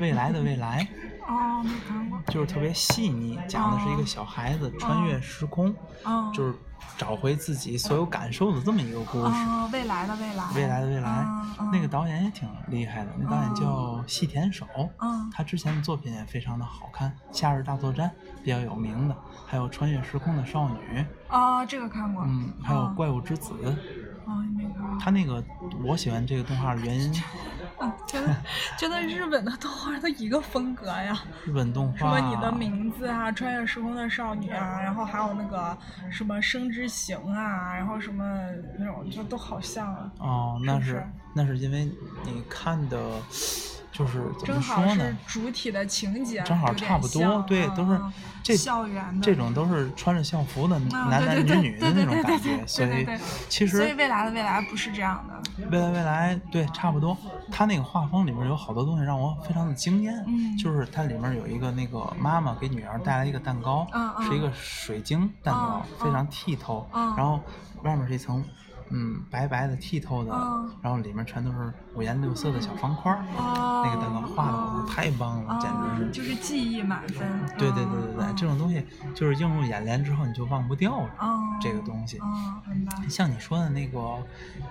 Speaker 2: 未来的未来》，
Speaker 1: 哦，没看过。
Speaker 2: 就是特别细腻，讲的是一个小孩子穿越时空，
Speaker 1: 嗯，
Speaker 2: 就是找回自己所有感受的这么一个故事。
Speaker 1: 嗯，未来的未来，
Speaker 2: 未来的未来
Speaker 1: 嗯，嗯
Speaker 2: 那个导演也挺厉害的，那导演叫细田守，
Speaker 1: 嗯
Speaker 2: 他之前的作品也非常的好看，《夏日大作战》比较有名的，还有《穿越时空的少女》，
Speaker 1: 啊、这个看过，
Speaker 2: 嗯，还有《
Speaker 1: 嗯
Speaker 2: 怪物之子》。
Speaker 1: 哦，没看过。
Speaker 2: 他那个我喜欢这个动画的原因，
Speaker 1: 嗯，觉得觉得日本的动画都一个风格呀，
Speaker 2: 日本动
Speaker 1: 什
Speaker 2: 画
Speaker 1: 么你的名字啊，穿越时空的少女啊，然后还有那个什么生之行啊，然后什么那种就都好像啊。
Speaker 2: 哦，那
Speaker 1: 是不
Speaker 2: 是
Speaker 1: 是
Speaker 2: 那是因为你看的，就是怎
Speaker 1: 正
Speaker 2: 么
Speaker 1: 好
Speaker 2: 说
Speaker 1: 是
Speaker 2: 呢？
Speaker 1: 主体的情节，
Speaker 2: 正好
Speaker 1: 有点
Speaker 2: 差不多，
Speaker 1: 像
Speaker 2: 对，
Speaker 1: 啊
Speaker 2: 都是
Speaker 1: 啊
Speaker 2: 这
Speaker 1: 校园的
Speaker 2: 这种都是穿着校服的
Speaker 1: 啊
Speaker 2: 男男
Speaker 1: 对
Speaker 2: 女
Speaker 1: 对对对
Speaker 2: 女的那种
Speaker 1: 对
Speaker 2: 感
Speaker 1: 对
Speaker 2: 觉，
Speaker 1: 对
Speaker 2: 所
Speaker 1: 对
Speaker 2: 以
Speaker 1: 对
Speaker 2: 其实
Speaker 1: 所以未来的未来不是这样的，
Speaker 2: 未来未来，对，差不多。它那个画风里面有好多东西让我非常的惊艳，
Speaker 1: 嗯
Speaker 2: 就是它里面有一个那个妈妈给女儿带来一个蛋糕，
Speaker 1: 嗯嗯
Speaker 2: 是一个水晶蛋糕，
Speaker 1: 嗯
Speaker 2: 非常剔透，
Speaker 1: 嗯
Speaker 2: 然后外面是一层。嗯，白白的、剔透的，
Speaker 1: 嗯
Speaker 2: 然后里面全都是五颜六色的小方块儿，
Speaker 1: 哦
Speaker 2: 那个蛋糕画的我觉得太棒了，简直
Speaker 1: 啊
Speaker 2: 是！
Speaker 1: 就是记忆满分。
Speaker 2: 对对对对对，这种东西就是映入眼帘之后你就忘不掉了、
Speaker 1: 嗯
Speaker 2: 这个东西。
Speaker 1: 嗯，明白。
Speaker 2: 像你说的那个，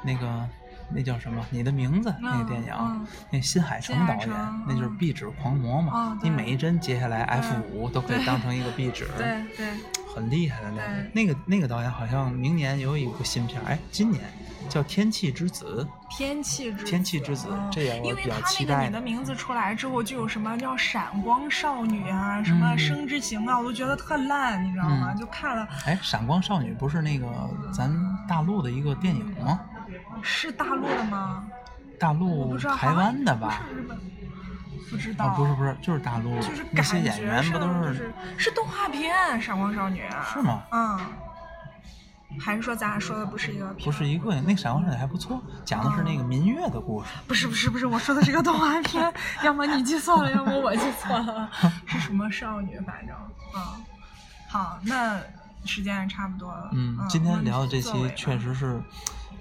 Speaker 2: 那个，那叫什么？你的名字、那个电影，啊
Speaker 1: 嗯
Speaker 2: 那新海
Speaker 1: 新
Speaker 2: 诚
Speaker 1: 海
Speaker 2: 导演，
Speaker 1: 诚
Speaker 2: 那就是
Speaker 1: 嗯
Speaker 2: 壁纸狂魔嘛。
Speaker 1: 哦对
Speaker 2: 你每一帧截下来 F 五都可以当成一个壁纸，
Speaker 1: 对对，
Speaker 2: 很厉害的那个。那个那个导演好像明年有一部新片儿，哎，今年叫《天气之子
Speaker 1: 天气之》，
Speaker 2: 《天气之子》
Speaker 1: 嗯
Speaker 2: 这也
Speaker 1: 因
Speaker 2: 我
Speaker 1: 为
Speaker 2: 比较
Speaker 1: 他
Speaker 2: 期
Speaker 1: 那个
Speaker 2: 待
Speaker 1: 你的。名字出来之后，就有什么叫闪光少女啊，什么
Speaker 2: 嗯
Speaker 1: 生之行啊，我都觉得特烂，你知道吗？
Speaker 2: 嗯
Speaker 1: 就看了
Speaker 2: 哎，闪光少女不是那个咱大陆的一个电影吗？
Speaker 1: 是大陆的吗？
Speaker 2: 大
Speaker 1: 我
Speaker 2: 陆
Speaker 1: 不知道，
Speaker 2: 哦台湾的吧？
Speaker 1: 好像不是日本的，不知道，
Speaker 2: 啊，不是不是，就是大陆
Speaker 1: 就是
Speaker 2: 那
Speaker 1: 感
Speaker 2: 些
Speaker 1: 觉
Speaker 2: 演员
Speaker 1: 上
Speaker 2: 不都
Speaker 1: 就是是是动画片《闪光少女》
Speaker 2: 是吗
Speaker 1: 嗯，啊还是说咱俩说的不是一个片？
Speaker 2: 不是一个，那个《闪光少女》还不错，讲的是那个民乐的故事。
Speaker 1: 不是不是不是，我说的是个动画片， 要么你记错了，要么我记错 了，是什么少女？反正啊，好，那时间也差不多了。
Speaker 2: 嗯，今天聊的这期确实是，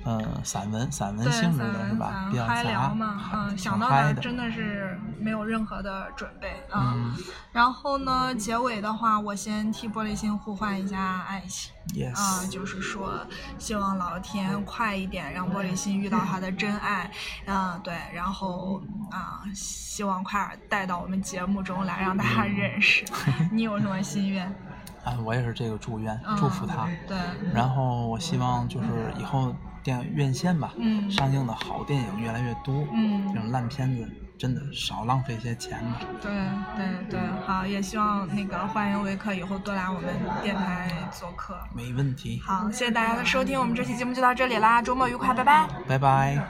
Speaker 2: 呃，散文散文
Speaker 1: 对
Speaker 2: 性质
Speaker 1: 散
Speaker 2: 的
Speaker 1: 文
Speaker 2: 是吧？
Speaker 1: 散
Speaker 2: 比较
Speaker 1: 嗨聊
Speaker 2: 杂，
Speaker 1: 嘛，
Speaker 2: 还
Speaker 1: 嗯，
Speaker 2: 挺
Speaker 1: 想到
Speaker 2: 嗨
Speaker 1: 的
Speaker 2: 的
Speaker 1: 真的是没有任何的准备啊。
Speaker 2: 嗯
Speaker 1: 然后呢，结尾的话，我先替玻璃心呼唤一下爱情。啊、
Speaker 2: ，yes，
Speaker 1: 就是说，希望老天快一点让玻璃心遇到他的真爱，嗯、对，然后啊、希望快点带到我们节目中来，让大家
Speaker 2: 嗯
Speaker 1: 认识。你有什么心愿？
Speaker 2: 哎，我也是这个祝愿，
Speaker 1: 嗯、
Speaker 2: 祝福他。
Speaker 1: 对，
Speaker 2: 然后我希望就是以后电院线吧，
Speaker 1: 嗯
Speaker 2: 上映的好电影越来越多，
Speaker 1: 嗯
Speaker 2: 这种烂片子真的少浪费一些钱吧。
Speaker 1: 对，对，对，好，也希望那个欢迎维克以后多来我们电台做客。
Speaker 2: 没问题，
Speaker 1: 好，谢谢大家的收听，我们这期节目就到这里啦，周末愉快，拜拜。
Speaker 2: 拜拜。